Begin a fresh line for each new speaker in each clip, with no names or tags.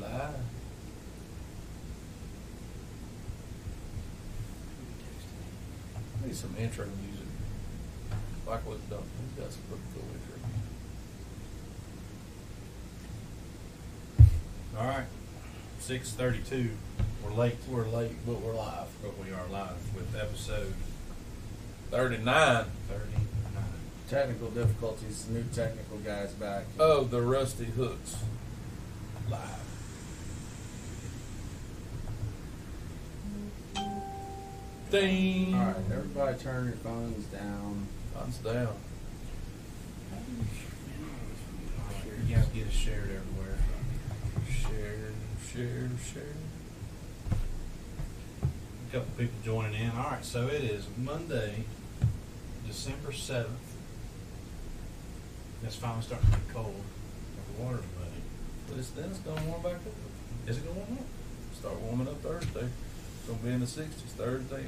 matter.
Need some intro music, like what Duncan, he's got some pretty cool intro. All right, six thirty-two,
We're late,
we're late, but we're live.
but we are live with episode
Thirty-nine
thirty-nine.
Technical difficulties, new technical guys back.
of the Rusty Hooks live. Ding. Mm-hmm.
All right, everybody turn your phones down.
Thumbs down.
You guys get us shared everywhere.
Share, share, share.
A couple people joining in. All right, so it is Monday, December seventh. It's finally starting to get cold. The water's muddy.
This then it's gonna warm back up.
Is it going warm up?
Start warming up Thursday. It's gonna be in the sixties Thursday,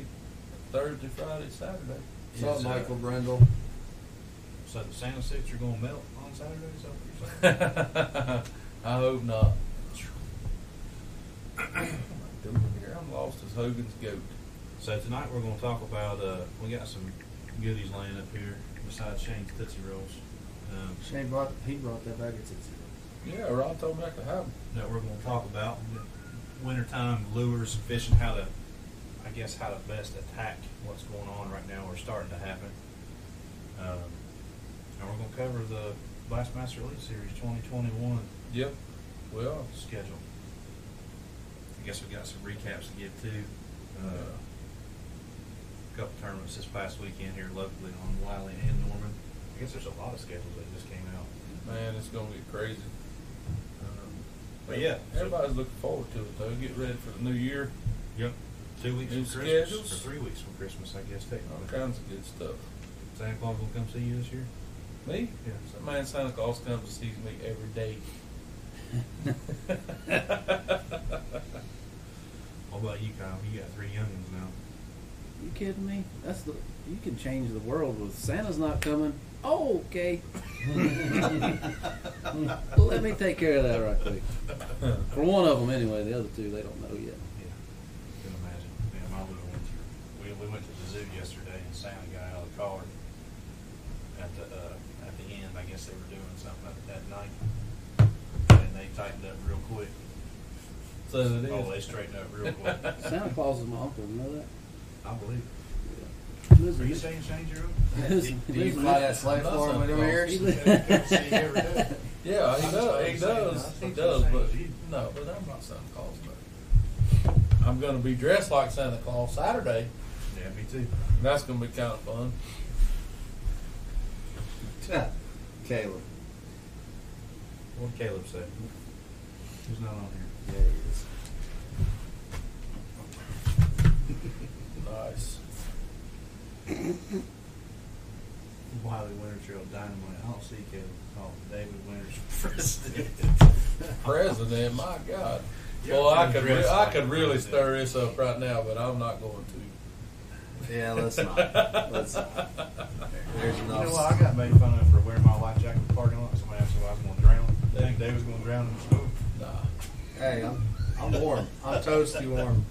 Thursday, Friday, Saturday.
What's up,
Is, uh,
Michael Brendel?
So the Santa six are going to melt on Saturday. Is that what you're saying?
I hope not. Dude, here I'm lost as Hogan's goat.
So tonight we're going to talk about uh, we got some goodies laying up here besides Shane's Tootsie Rolls um,
Shane brought he brought that back. It's it's
Yeah, Ron told me I could have 'em.
that we're going to talk about wintertime lures, fishing, how to I guess how to best attack what's going on right now or starting to happen. Um, and we're going to cover the Bassmaster Elite Series 2021
Yep. Well,
schedule. I guess we got some recaps to give too. Uh, a couple tournaments this past weekend here locally on Wiley and Norman. I guess there's a lot of schedules that just came out.
man, it's gonna get crazy. Um,
But yeah, so-
everybody's looking forward to it though. Get ready for the new year.
Yep. Two weeks
New
from Christmas,
schedules?
or three weeks from Christmas, I guess
All
technically.
kinds of good stuff.
Santa Claus will come see you this year.
Me?
Yeah.
That man Santa Claus comes and sees me every day.
What about you, Kyle? You got three youngins now.
You kidding me? That's the you can change the world with Santa's not coming. Oh, okay. Let me take care of that right quick. For one of them, anyway. The other two, they don't know yet.
Yeah. Can imagine. Yeah, my little ones. are- We, we went to the zoo yesterday and Santa got out of the car at the uh, at the end. I guess they were doing something at that night, and they tightened up real quick.
so it is.
Oh, they straightened up real quick.
Santa Claus is my uncle. You know that?
I believe.
He lives
Are
in
you
Mich-
saying change your own?
he lives- he
Do you
lives in
fly
Mich-
that slave for him over here?
he
that?
li-
Yeah, he
I'm
does. He
just saying, I
does. He
think
does.
you're
But
saying
no, but I'm not Santa Claus. But I'm going to be dressed like Santa Claus Saturday.
Yeah, me too.
That's going to be kind of fun.
Caleb.
What Caleb said. Who's not on here?
Yeah, he is.
Nice.
Wiley Winter Trail Dynamite. I don't see Caleb. Oh, David Winters president.
President, my God.
You're
Well, I
gonna
could re-
dress
I
like
could
a
really
president.
stir this up right now, but I'm not going to.
Yeah, let's not. Let's not. There's
You
enough.
know what? I got made fun of for wearing my white jacket in the parking lot. Somebody asked me if I was going to drown. They think David's going to drown in the snow.
Nah.
hey, I'm I'm warm. I'm toasty warm,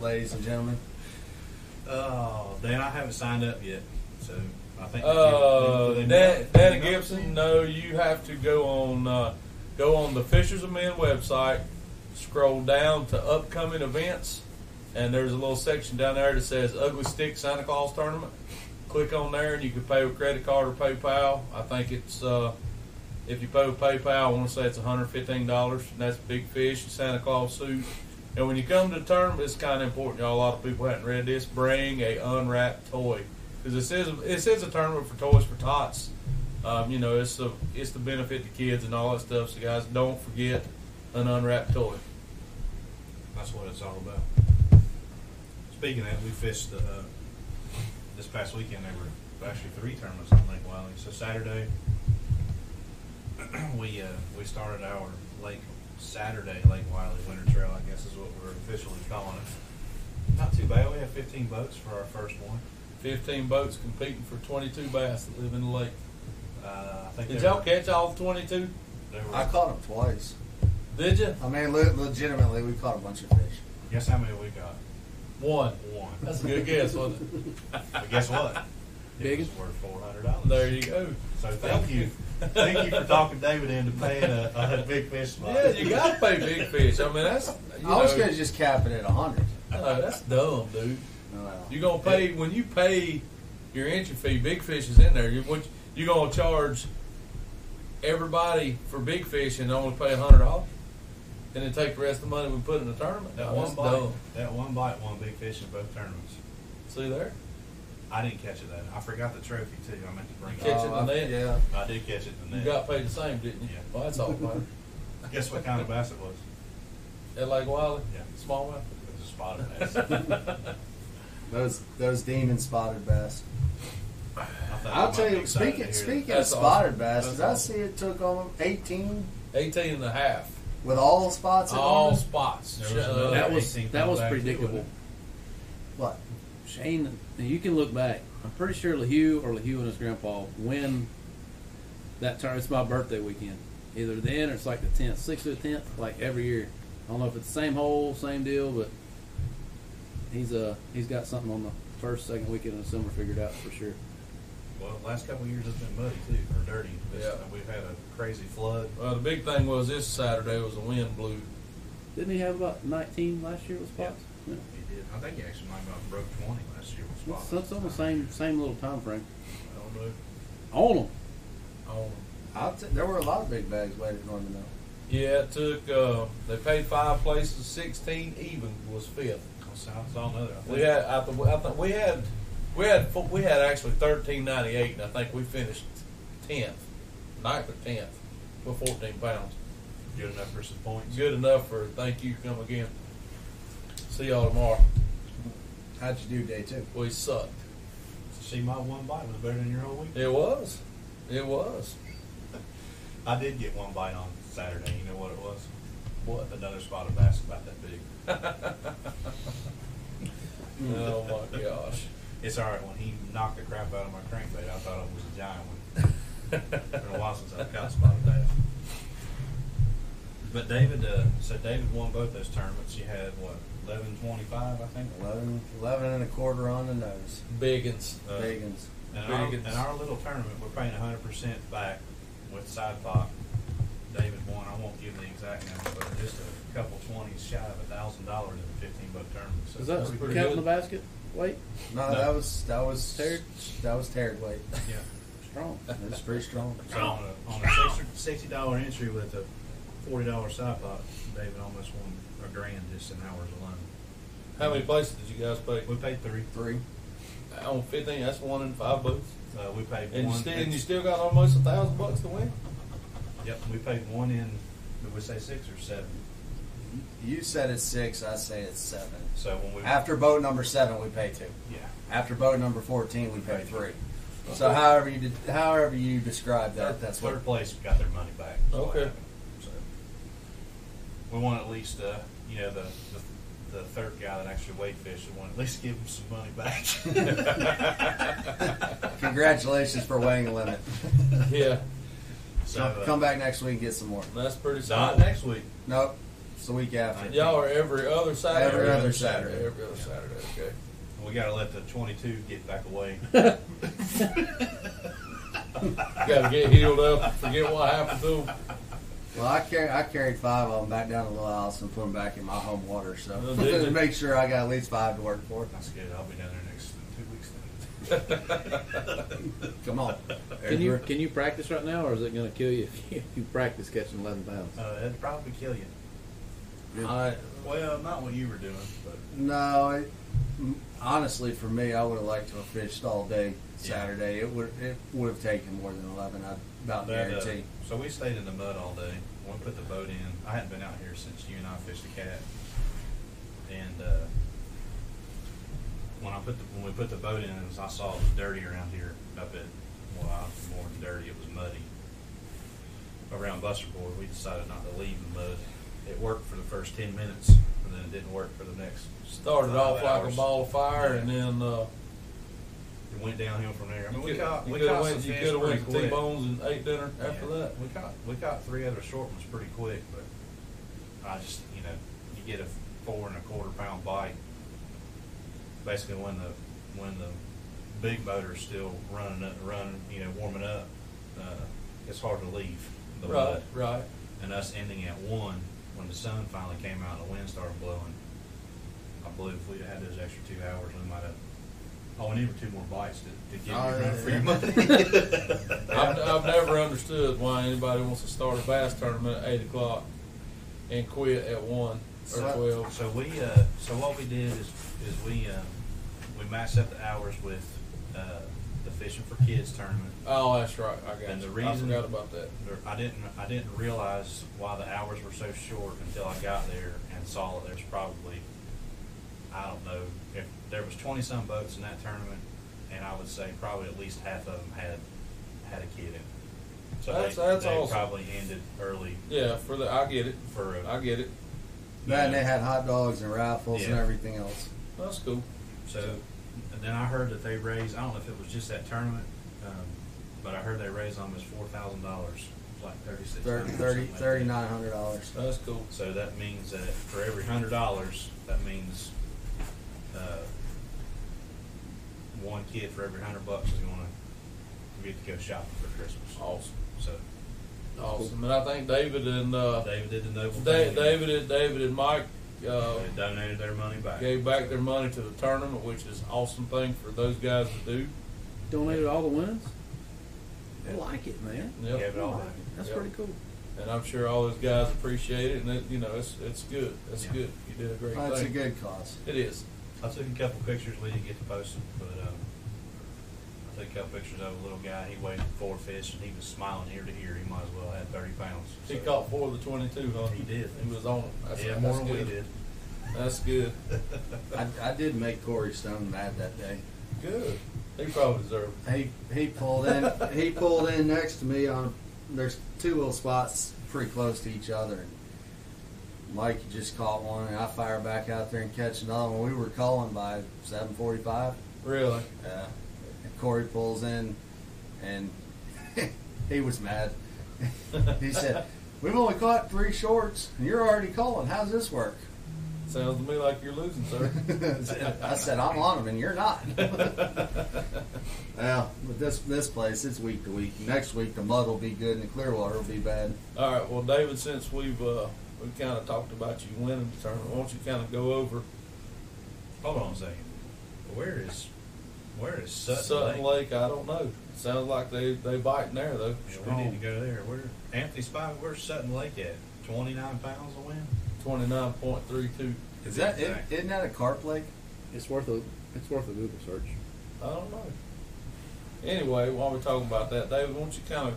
ladies and gentlemen.
Oh, Dan, I haven't signed up yet. So I think.
Uh,
They- they-
Dan,
they-
Dan Gibson, no, you have to go on uh, go on the Fishers of Men website, scroll down to upcoming events, and there's a little section down there that says Ugly Stick Santa Claus Tournament. Click on there, and you can pay with credit card or PayPal. I think it's uh, if you pay with PayPal, I want to say it's 115 dollars, and that's big fish and Santa Claus suit. And when you come to the tournament, it's kind of important. Y'all, a lot of people haven't read this. Bring a unwrapped toy because this is this is a tournament for toys for tots. Um, you know, it's the it's the benefit to kids and all that stuff. So guys, don't forget an unwrapped toy.
That's what it's all about. Speaking of that, we fished the, uh, this past weekend. There were actually three tournaments on Lake Wiley. So Saturday, we uh, we started our Lake Saturday Lake Wiley Winter Trail. I guess is what we're officially calling it. Not too bad. We had 15 boats for our first one.
Fifteen boats competing for twenty-two bass that live in the lake.
Uh, I think
Did
there
y'all
were-
catch all twenty-two?
There were,
I caught him twice.
Did you?
I mean, le- legitimately, we caught a bunch of fish.
Guess how many we got?
One.
One.
That's a good guess, wasn't
But guess what? It was
Biggest.
worth four hundred
it? There
dollars.
you go.
So thank you, thank you for talking David into paying a, a big fish spot.
Yeah, you gotta pay big fish. I mean, that's you
I was
know,
gonna just cap it at a hundred.
no, that's dumb, dude.
No,
You gonna pay when you pay your entry fee. Big fish is in there. You what you gonna charge everybody for big fish and only pay a hundred dollars, and then take the rest of the money we put in the tournament.
That
That
one
was
bite,
dumb.
that one bite, won big fish in both tournaments.
See there?
I didn't catch it that. I forgot the trophy too. I meant to bring
You
it.
catch
up.
it
Oh,
in the
I-
net.
yeah.
I did catch it in the
You
net.
got paid the same, didn't you?
Yeah.
Well, that's all right.
Guess what kind of bass it was?
At Lake Wiley,
Yeah.
smallmouth.
It was a spotted bass.
Those those demon spotted bass.
I thought
I'll
might
tell
be
you.
excited to
Speaking
hear
speaking
that.
of
That's
spotted
awesome.
bass,
That's
did I
awesome.
see it took on eighteen
18 and a half.
with all spots? in
All
there?
spots.
There was
Shut
another-
up.
That was
Anything
that
come
was
back to it,
predictable.
wouldn't
What?
Shane, now you can look back. I'm pretty sure LeHue or LeHue and his grandpa win that tournament. It's my birthday weekend. Either then or it's like the 10th, 6th or 10th, like every year. I don't know if it's the same hole, same deal, but he's uh he's got something on the first, second weekend of December figured out for sure.
Well, the last couple of years has been muddy too, or dirty. It's-
Yeah.
We've had a crazy flood.
Well, the big thing was this Saturday was the wind blew.
Didn't he have about 19 last year with spots? Yeah.
He did. I think he actually might have broke twenty last year with
That's,
spots.
that's on the same same little time frame.
I don't know.
On them.
Oh.
I'll t- there were a lot of big bags waiting on me though.
Yeah, it took. Uh, they paid five places. Sixteen even was fifth.
So I saw another. I think.
We had. I, th- I think we had. We had. fo- We had actually thirteen ninety eight, and I think we finished tenth, ninth or tenth, with fourteen pounds.
good enough for some points.
Good enough for thank you. Come again. See y'all tomorrow.
How'd you do day two?
We sucked.
See, my one bite was better than your whole week.
It was. It was.
I did get one bite on Saturday. You know what it was?
What?
Another spot of bass about that big.
Oh my gosh.
It's all right when he knocked the crap out of my crankbait. I thought it was a giant one. it's been a while since I've caught a spotted bass. But David, uh, so David won both those tournaments. You had what eleven twenty-five, I think.
11, 11 and a quarter on the nose.
Biggins.
Uh,
Biggins.
In our,
Biggins.
in our little tournament, we're paying hundred percent back with side pop. David won. I won't give the exact number, but just a couple twenties shy of a thousand dollars in a fifteen buck tournament. So
Is that
That's pretty
counting the
good.
basket? Wait,
No,
No.
that was that was
Tarred?
That was teared weight.
yeah.
strong.
It was pretty strong.
So on a, on a sixty dollar entry with a forty dollar side pop, David almost won a grand just in hours alone.
How many places did you guys pay?
We paid three.
Three.
On fifteen, that's one in five booths.
Uh, we paid
And you
one.
still and you still got almost a thousand bucks to win.
Yep, we paid one in. Did we say six or seven?
You said it's six. I say it's seven.
So when we
After boat number seven, we pay two.
yeah.
After boat number fourteen, we pay three. So however you did, however you describe that, that's what.
third place got their money back. is what
Okay.
happened. So, We want at least, uh, you know, the, the, the third guy that actually weighed fish, we want at least give him some money back.
Congratulations for weighing the limit.
Yeah,
So,
Come,
uh,
come back next week and get some more.
that's pretty
Not
solid.
next week.
Nope. It's the week after.
Y'all are every other Saturday.
Every other Saturday.
Every other Saturday. Okay.
We gotta let the twenty-two get back away.
Got to get healed up. Forget what happened to them.
Well, I, car- I carried five of them back down to the little house and put them back in my home water, so
Oh, did you?
to make sure I got at least five to work for.
That's good, I'll be down there next, two weeks then.
Come on.
Can you can you practice right now, or is it going to kill you if you, if you practice catching eleven pounds?
Uh, that'd probably kill you.
I,
Well, not what you were doing, but.
No, it, m- honestly, for me, I would have liked to have fished all day Saturday. It would it would have taken more than eleven. I about
That, uh,
guarantee.
so we stayed in the mud all day. We put the boat in. I hadn't been out here since you and I fished the cat. And uh, when I put the, when we put the boat in, it was, I saw it was dirty around here up at well, I was more than dirty. It was muddy around Buster Board. We decided not to leave the mud. It worked for the first ten minutes, and then it didn't work for the next.
started
five
off like
hours.
a ball of fire, and then uh,
It went downhill from there. I mean,
you
we
could
caught we
have
caught some
went, you
fish
coulda
pretty
went to
quick.
T-bones and ate dinner after
Yeah.
that.
we caught we caught three other short ones pretty quick, but I just, you know, you get a four and a quarter pound bite. Basically, when the when the big motor's still running up, running, you know, warming up, uh, it's hard to leave the
Right,
mud.
right.
And us ending at one when the sun finally came out and the wind started blowing. I believe if we'd had those extra two hours, we might have. Oh, and even two more bites to, to give
Oh,
you run for your
I've,
money.
I've never understood why anybody wants to start a bass tournament at eight o'clock and quit at one or
So-
twelve.
So we, uh, so what we did is, is we, uh, we matched up the hours with, uh, the fishing for kids tournament.
Oh, that's right. I got
And
you.
the reason-
I forgot about that.
There- I didn't, I didn't realize why the hours were so short until I got there and saw that there's probably, I don't know, if there was twenty some boats in that tournament, and I would say probably at least half of them had, had a kid in. it. So they-
That's- that's
they
awesome.
Probably ended early
Yeah, for the I get it.
for, a-
I get it.
Then they had hot dogs and rifles and
Yeah.
everything else.
That's cool.
So, and then I heard that they raised, I don't know if it was just that tournament, um, but I heard they raised almost four thousand dollars, like thirty-six
Thirty,
hundred.
thirty, thirty nine hundred dollars.
That's cool.
So that means that for every hundred dollars, that means, uh, one kid for every hundred bucks is gonna get to go shopping for Christmas.
Awesome.
So
Awesome. And I think David and uh,
David did the noble
Da-
thing.
David and David and Mike uh,
They donated their money back.
gave back their money to the tournament, which is an awesome thing for those guys to do.
Donated all the winnings. I
Yeah.
like it, man.
Yep.
Gave it all back.
That's
Yep.
pretty cool.
And I'm sure all those guys appreciate it, and it, you know it's it's good. It's
Yeah.
good. You did a great
That's a
thing.
good cause.
it is.
I took a couple pictures. We didn't get to post them, but um, I took a couple pictures of a little guy. He weighed four fish and he was smiling ear to ear. He might as well have thirty pounds.
He
So-
caught four of the 22, huh?
He did.
He was on. it. That's,
yeah,
that's
more than
good.
we did.
That's good.
I, I did make Corey Stone mad that day.
Good. He probably deserved it.
He he pulled in. he pulled in next to me on. There's two little spots pretty close to each other. And Mike just caught one, and I fire back out there and catch another one. We were calling by 7:45.
Really.
Uh, and Corey pulls in, and he was mad. he said, "We've only caught three shorts, and you're already calling. How's this work?"
Sounds to me like you're losing, sir.
I said, "I'm on them, and you're not." Well, but this this place it's week to week. Next week the mud will be good and the clear water will be bad.
All right. Well, David, since we've uh, we kind of talked about you winning the tournament, why don't you kind of go over
Hold on a second. Where is where is Sutton,
Sutton
Lake?
Lake. I don't know. Sounds like they they biting there though.
Yeah,
Strong.
we need to go there. Where Anthony Spy? Where's Sutton Lake at? Twenty nine pounds a win.
Twenty nine point three two.
Is that is isn't that a carp lake?
It's worth a it's worth a Google search.
I don't know. Anyway, while we're talking about that, David, won't you kind of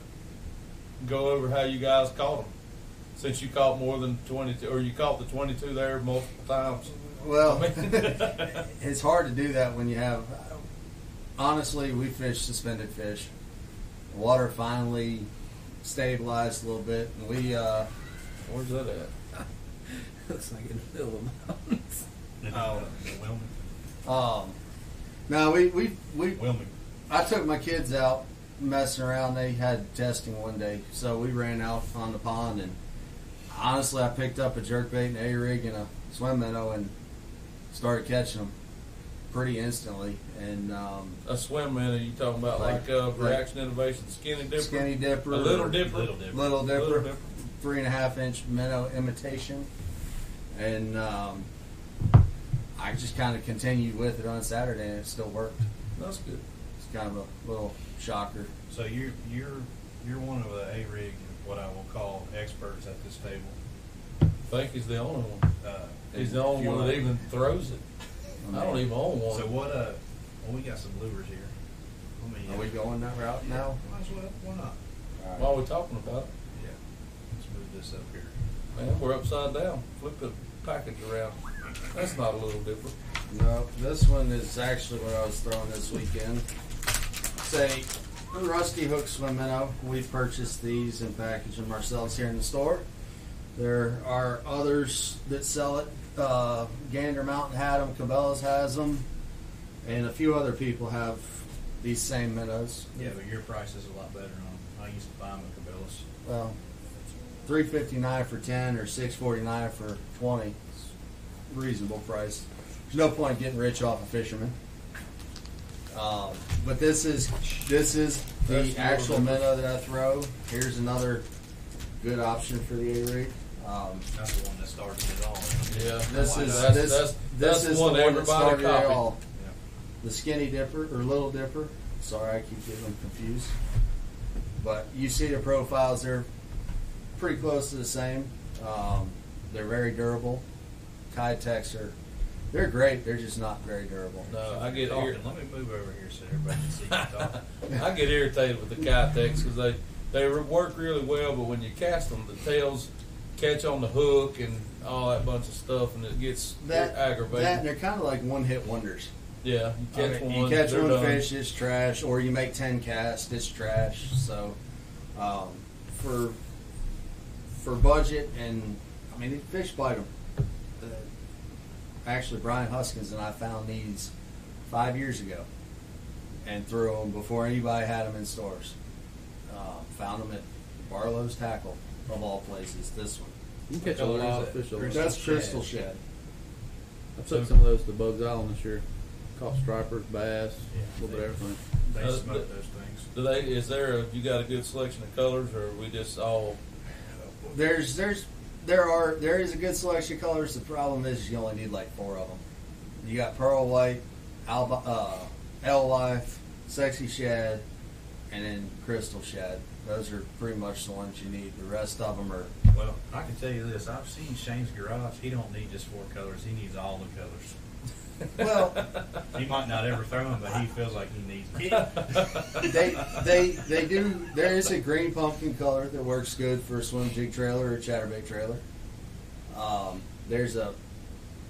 go over how you guys caught them? Since you caught more than twenty two, or you caught the twenty two there multiple times.
Well, it's hard to do that when you have. Honestly, we fish suspended fish. The water finally stabilized a little bit, and we uh,
Where's that at?
Looks like in the middle of the mountains.
Oh, Wilmington.
um, no, we we we
Wilmington.
I took my kids out messing around. They had testing one day, so we ran out on the pond and honestly, I picked up a jerkbait and a rig and a swim minnow and started catching them pretty instantly. And um,
A swim minnow you talking about like,
Like-
uh,
like-
reaction innovation, skinny dipper,
skinny dipper,
a little dipper,
Little different.
little dipper,
Little dipper.
three and a half inch minnow imitation, and um, I just kind of continued with it on Saturday and it still worked.
That's good.
It's kind of a little shocker.
So you're you're you're one of the A rig, what I will call experts at this table.
I think he's the only one.
Uh,
He's the only
you
one
wanna-
that even throws it. I don't even own one.
So what? Uh, well, we got some lures here. Let me.
Are we going that route now?
Might as well. Why not?
While we're talking about it,
Yeah. Let's move this up here.
man, we're upside down. Flip the package around. That's not a little different.
No, this one is actually what I was throwing this weekend. Say, rusty hook swim minnow. We purchased these and package them ourselves here in the store. There are others that sell it. Uh, Gander Mountain had them. Cabela's has them, and a few other people have these same minnows.
Yeah, but your price is a lot better on. 'em. I used to buy them at Cabela's.
Well, three fifty nine for ten or six forty nine for twenty. It's a reasonable price. There's no point getting rich off a fisherman. Um, but this is this is the
That's the
actual
order.
minnow that I throw. Here's another good option for the A rig. Um,
That's the one that started it all.
Yeah,
This
Why
is
not?
that's,
this
that's,
this
that's
is
one
the one that
everybody
started it
copied.
all.
Yeah.
The skinny dipper or little dipper. Sorry, I keep getting them confused. But you see the profiles; they're pretty close to the same. Um, they're very durable. Kytex are they're great. They're just not very durable.
Uh,
No, I get
Talking.
ir-
Let me move over here so everybody can see you talking.
I get irritated with the Kytex because they they re- work really well, but when you cast them, the tails catch on the hook and all that bunch of stuff, and it gets
That
aggravating.
that they're kind of like one hit wonders.
yeah, you
I
catch
mean,
one,
you catch
they're
one
done.
fish, it's trash, or you make ten casts, it's trash. So, um, for for budget and I mean, these fish bite them. Uh, actually, Brian Huskins and I found these five years ago and threw them before anybody had them in stores. Uh, found them at Barlow's Tackle of all places. This one.
You can catch a
What color
lot
is
of
that?
fish over
Crystal
there.
That's
Shed.
Crystal Shed.
I took some of those to Bugs Island this year. Caught stripers, bass,
Yeah.
a little bit of everything.
They
Uh,
smoke
but-
those things.
Do they? Is there? A, you got a good selection of colors, or are we just all?
There's there's there are there is a good selection of colors. The problem is you only need like four of them. You got pearl white, alba, uh, L life, sexy shad, and then crystal shad. Those are pretty much the ones you need. The rest of them are
Well, I can tell you this. I've seen Shane's garage. He don't need just four colors. He needs all the colors.
well
He might not ever throw them, but he feels like he needs them.
they they they do. There is a green pumpkin color that works good for a swim jig trailer or a chatterbait trailer. Um, there's a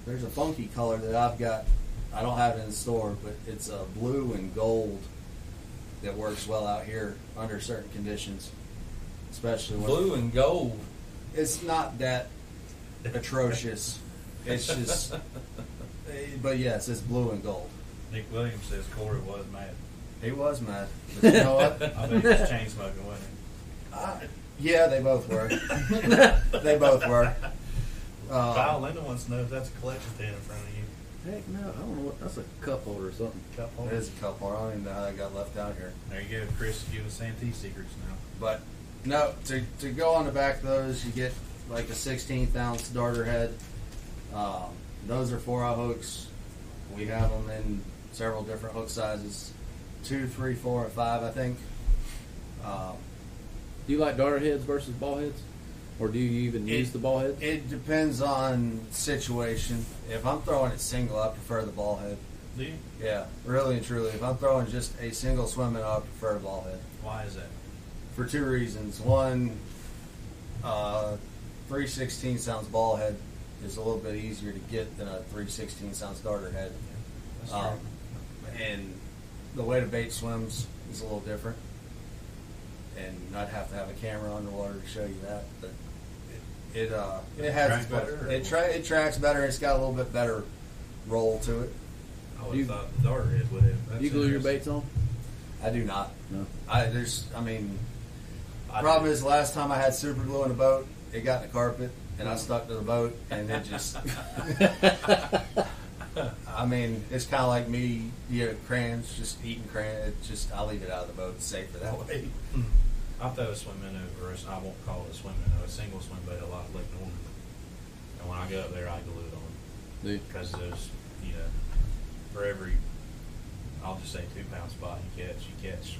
there's a funky color that I've got. I don't have it in the store, but it's a blue and gold that works well out here under certain conditions, especially when
Blue and gold.
it's not that atrocious. It's just, eh, but yes, it's blue and gold.
Nick Williams says Corey was mad.
He was mad, but you know what?
I bet he was chain smoking, wasn't he?
Uh, yeah, they both were. they both were.
Kyle
Um,
Linda wants to know if that's a collection tent in front of you.
Heck no, I don't know what. That's a cup holder or something.
Cup holder.
there's a couple. I don't even know how they got left out here.
There you go. Chris is giving Santee secrets now.
But no, to, to go on the back of those, you get like a 16th ounce darter head. Um, those are four eye hooks. We have them in several different hook sizes two, three, four, and five, I think. Um,
Do you like darter heads versus ball heads, or do you even use the ball heads?
it depends on situation. If I'm throwing it single, I prefer the ball head.
Do you?
Yeah, really and truly. If I'm throwing just a single swim in, I prefer a ball head
Why is that?
for two reasons. One, uh, 316 sounds ball head is a little bit easier to get than a 316 sounds darter head.
That's
Um,
true.
and the way the bait swims is a little different. And I'd have to have a camera underwater to show you that. But it, it, uh,
Does
it
it
has
track
its better.
better, or
It, tra- it tracks better. It's got a little bit better roll to it.
I would
you-
have thought the darter head would have. That's
you glue your
interesting.
baits on?
I do not.
No.
I there's I mean
I
problem
do.
is last time I had super glue in a boat, it got in the carpet and I stuck to the boat and it just I mean, it's kinda like me, you know, crayons, just eating crayon it just I leave it out of the boat, it's safer that way.
I throw a swim minnow versus I won't call it a swim minnow, a single swim bait a lot like normal. And when I go up there, I glue it on
Do you?
because there's, you know, for every, I'll just say two pound spot you catch, you catch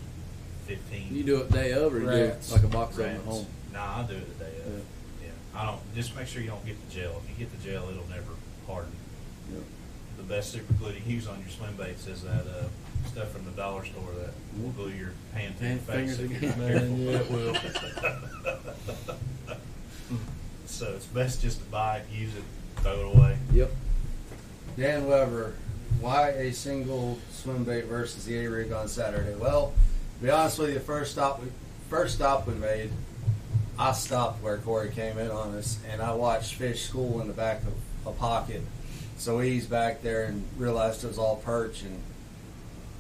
fifteen.
You do it day of, or you
Rats.
do it like a box of 'em
rats.
at home?
Nah, I do it the day of.
Yeah.
Yeah, I don't. Just make sure you don't get the gel. If you get the gel, it'll never harden.
Yeah.
The best super glue to use on your swim baits is that uh, stuff from the dollar store that will glue your hand to your
Hand
face if
fingers
you're not
again.
careful.
Man, yeah, it will.
So it's best just to buy it, use it, throw it away.
Yep.
Dan Weber, why a single swim bait versus the A rig on Saturday? Well, to be honest with you, first stop we first stop we made, I stopped where Corey came in on us, and I watched fish school in the back of a pocket. So he's back there and realized it was all perch, and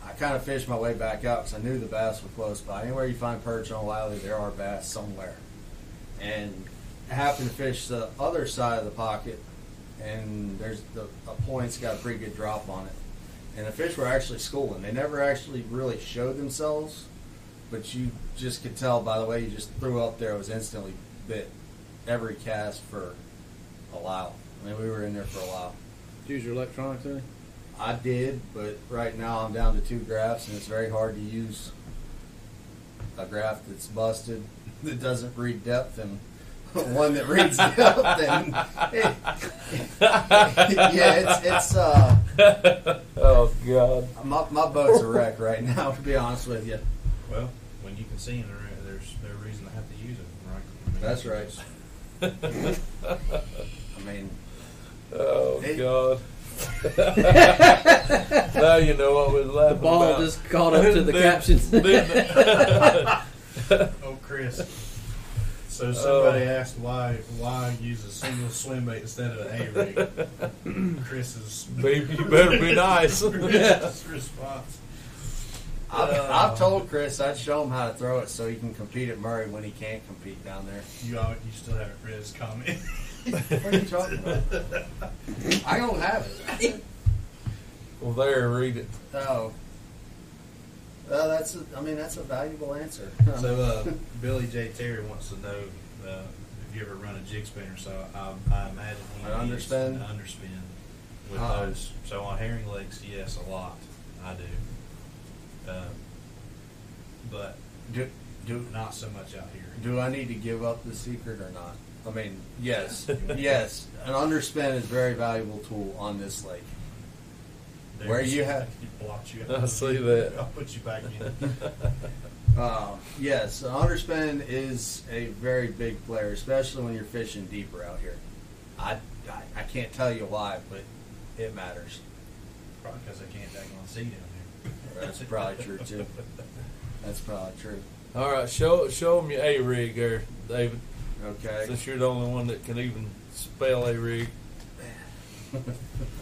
I kind of fished my way back out because I knew the bass were close by. Anywhere you find perch on Wiley, there are bass somewhere. And happened to fish the other side of the pocket, and there's the a point's got a pretty good drop on it, and the fish were actually schooling. They never actually really showed themselves, but you just could tell by the way you just threw up there. It was instantly bit every cast for a while. I mean, we were in there for a while.
Did you use your electronics any?
I did, but right now I'm down to two graphs, and it's very hard to use a graph that's busted that doesn't read depth and one that reads depth. And yeah, it's it's uh,
oh God.
my my boat's a wreck right now. To be honest with you,
Well, when you can see them, there- there's no reason to have to use them, right? I mean,
That's right.
it's-
I mean,
Oh
Hey.
God. now you know what we're laughing
The ball
about.
just caught up to the
Dude,
captions.
dude.
Oh, Chris. So somebody
Oh.
asked why why use a single swim bait instead of an A rig. Chris's
Baby, you better be nice.
Chris's response.
I've,
Uh.
I've told Chris I'd show him how to throw it so he can compete at Murray when he can't compete down there.
You all, you still haven't read his comment.
What are you talking about? I don't have it.
well, there, read it.
Oh. Well, that's a, I mean that's a valuable answer.
so uh, Billy J Terry wants to know uh, if you ever run a jig spinner. So I, I imagine he
An
used
underspin?
an underspin with
Uh-oh.
those. So on herring lakes, yes, a lot I do. Um, but
do, do
not so much out here.
do I need to give up the secret or not? I mean, yes, yes. An underspin is a very valuable tool on this lake. Where you have-
he blocked you.
I see that.
I'll put you back in.
Um, yes, an underspin is a very big player, especially when you're fishing deeper out here. I, I, I can't tell you why, but it matters.
Probably because I can't dang on sea down there.
That's probably true too. That's probably true.
All right, show show them your A rig there, David.
Okay,
Since you're the only one that can even spell A rig.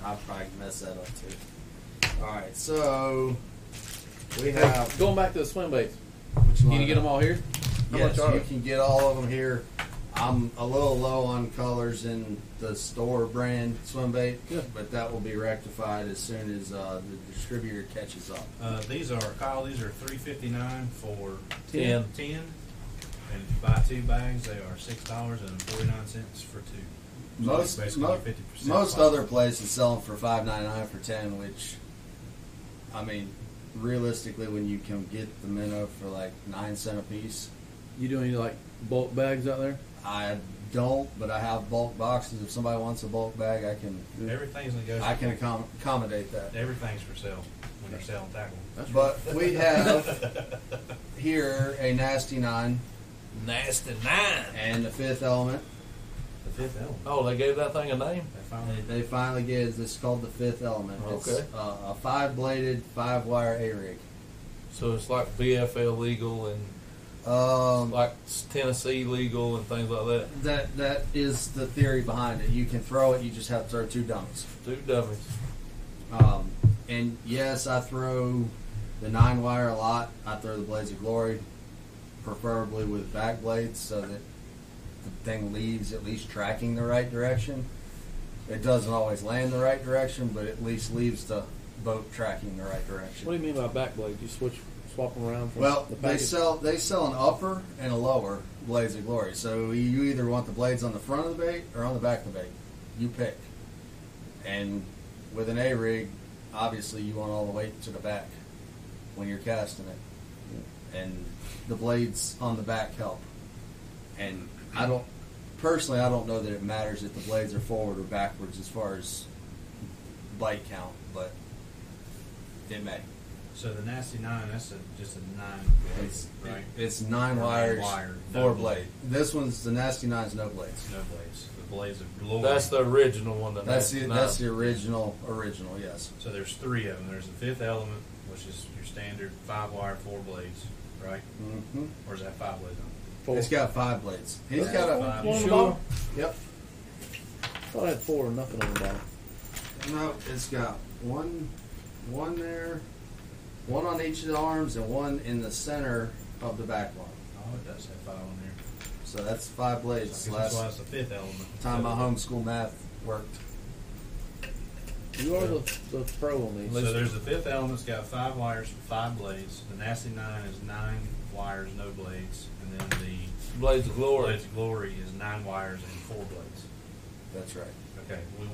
I'll probably mess that up too. All right, so we have
Going back to the swim baits.
Which
Can
line
you get them
up?
all here? How
yes,
much are
you
they?
can get all of them here. I'm a little low on colors in the store brand swim bait,
Yeah.
but that will be rectified as soon as uh, the distributor catches up.
Uh, these are Kyle. These are three fifty nine for
Ten.
ten, and if you buy two bags, they are six dollars and forty nine cents for two. So
Most
basically
mo-
50%
most
off.
other places sell them for five ninety nine for ten, which I mean, realistically, when you can get the minnow for like nine cent a piece,
You do any like bulk bags out there?
I don't. But I have bulk boxes. If somebody wants a bulk bag, I can
Everything's
I
negotiable.
can accom- accommodate that.
Everything's for sale when you're selling tackle.
But we have here a nasty nine
Nasty nine.
and the fifth element.
The fifth element.
Oh, they gave that thing a name.
They
They,
finally
they finally get this is called the fifth element. It's
Okay.
uh, a five bladed, five wire A rig.
So it's like BFL legal and
Um,
like Tennessee legal and things like that.
that that is the theory behind it. You can throw it, you just have to throw two dummies.
Two dummies.
Um, and yes, I throw the nine wire a lot. I throw the blades of glory, preferably with back blades, so that the thing leaves at least tracking the right direction. It doesn't always land the right direction, but at least leaves the boat tracking the right direction.
What do you mean by back blade? You switch, swap them around. From
Well,
the
they
package?
sell they sell an upper and a lower blades of glory. So you either want the blades on the front of the bait or on the back of the bait. You pick. And with an A rig, obviously you want all the weight to the back when you're casting it, and the blades on the back help. And I don't personally, I don't know that it matters if the blades are forward or backwards as far as bite count, but it may.
so the nasty nine. That's a, just a nine.
It's,
right.
it's nine
Nine
wires,
wire,
four
no
blade.
blade.
This one's the nasty nine's no blades.
No blades. The blades of glory.
That's the original one. The
That's
nasty
the
nine.
that's the original original. Yes.
So there's three of them. There's the fifth element, which is your standard five wire, four blades, right?
Mm-hmm.
Or is that five blades on?
Four.
It's got five blades. He's got
Five.
a
One on the
You
bottom?
yep.
I thought I had four, and nothing on the bottom.
No, it's got one one there, one on each of the arms, and one in the center of the back arm.
Oh, it does have five on there.
So So that's five
I guess
blades.
that's why
Last
it's the fifth element.
time my homeschool math worked.
You are the, the pro on these.
So there's the fifth element's got five wires for five blades. The nasty nine is nine wires, no blades, and then the
Blades of Glory.
blades of glory is nine wires and four blades.
That's right.
Okay, we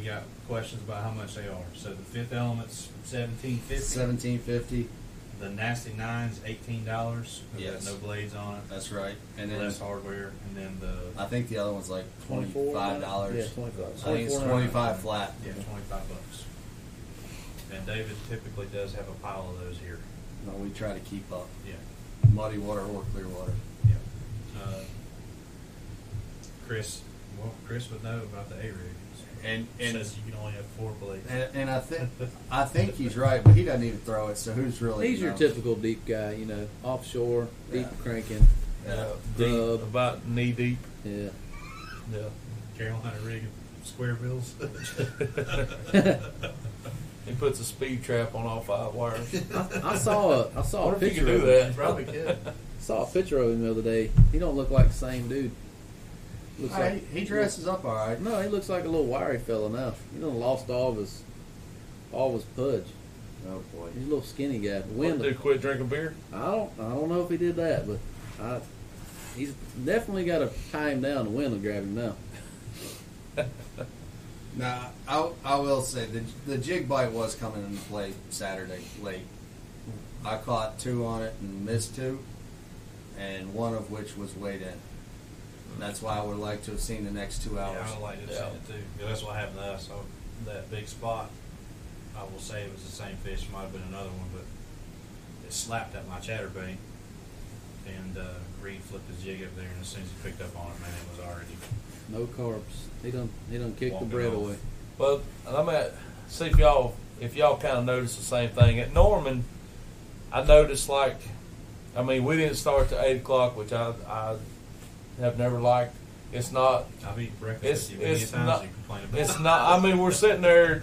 we got questions about how much they are. So the fifth element's seventeen fifty.
Seventeen fifty.
The nasty nine's eighteen dollars.
Yes.
No blades on it.
That's right. And then
Less hardware, and then the
I think the other one's like twenty five dollars.
Yeah, twenty-five.
I think it's twenty five flat.
yeah twenty five bucks. And David typically does have a pile of those here.
No, we try to keep up.
Yeah.
Muddy water or clear water.
Yeah. Uh, Chris, well, Chris would know about the A rig.
And
says you can only have four blades.
and, and I think I think he's right, but he doesn't even throw it. So who's really?
He's your
no.
typical deep guy, you know, offshore, deep
Yeah.
cranking.
Yeah.
Deep,
Grub.
about knee deep.
Yeah.
Yeah.
Carolina rig and square bills.
He puts a speed trap on all five wires.
I, I saw a I saw a
What if you
picture
could do
of him.
that?
Probably could.
Saw a picture of him the other day. He don't look like the same dude. Looks
All right, he dresses up all right.
No, he looks like a little wiry fella now. He done lost all of his all of his pudge.
Oh boy.
He's a little skinny guy.
What,
Wind
dude quit drinking beer?
I don't I don't know if he did that, but I he's definitely got to tie him down. The wind will grab him now.
Now I, I will say the the jig bite was coming into play Saturday late. I caught two on it and missed two, and one of which was weighed in. That's why I would like to have seen the next two
Yeah,
hours.
I would like to have seen it too. Yeah, that's what happened to us. I, that big spot, I will say it was the same fish. Might have been another one, but it slapped at my chatterbait. And uh, Reed flipped his jig up there, and as soon as he picked up on it, man, it was already.
No carbs. He done he done kicked
Walking
the bread
off.
away.
Well, I'm at see if y'all if y'all kind of notice the same thing at Norman. I noticed like, I mean, we didn't start to eight o'clock, which I I have never liked. It's not.
I've eaten
It's-
breakfast with you many
it's
times.
not-
you complain about
It's not. I mean, we're sitting there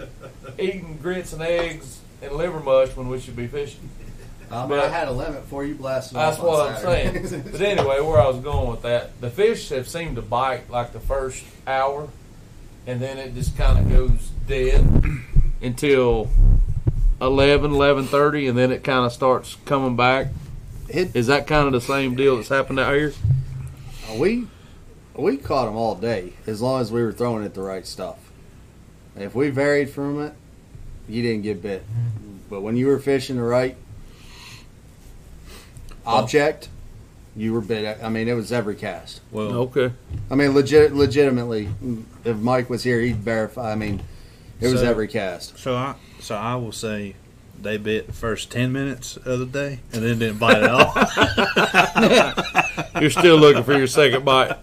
eating grits and eggs and liver mush when we should be fishing.
Um,
But-
I had a limit for you blasted.
That's
off on
what I'm
Saturday.
saying. But anyway, where I was going with that, the fish have seemed to bite like the first hour, and then it just kind of goes dead until 11, 11.30, and then it kind of starts coming back. Is that kind of the same deal that's happened out here?
Uh, we we caught them all day as long as we were throwing at the right stuff. If we varied from it, you didn't get bit. But when you were fishing the right
Oh.
object, you were bit. I mean, it was every cast.
Well, okay.
I mean, legit, legitimately, if Mike was here, he'd verify. I mean, it was
So-
every cast.
So I so I will say they bit the first ten minutes of the day and then didn't bite at all.
You're still looking for your second bite.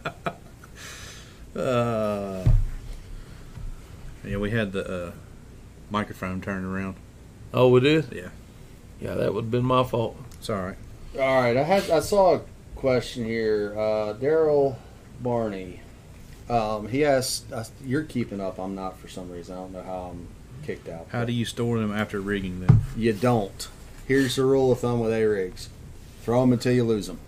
uh, yeah, we had the uh, microphone turned around.
Oh, we did?
Yeah.
Yeah, that would have been my fault.
It's all right.
All right, I had I saw a question here, uh, Daryl Barney. Um, he asked, uh, "You're keeping up? I'm not for some reason. I don't know how I'm kicked out."
How do you store them after rigging them?
You don't. Here's the rule of thumb with A rigs throw them until you lose them.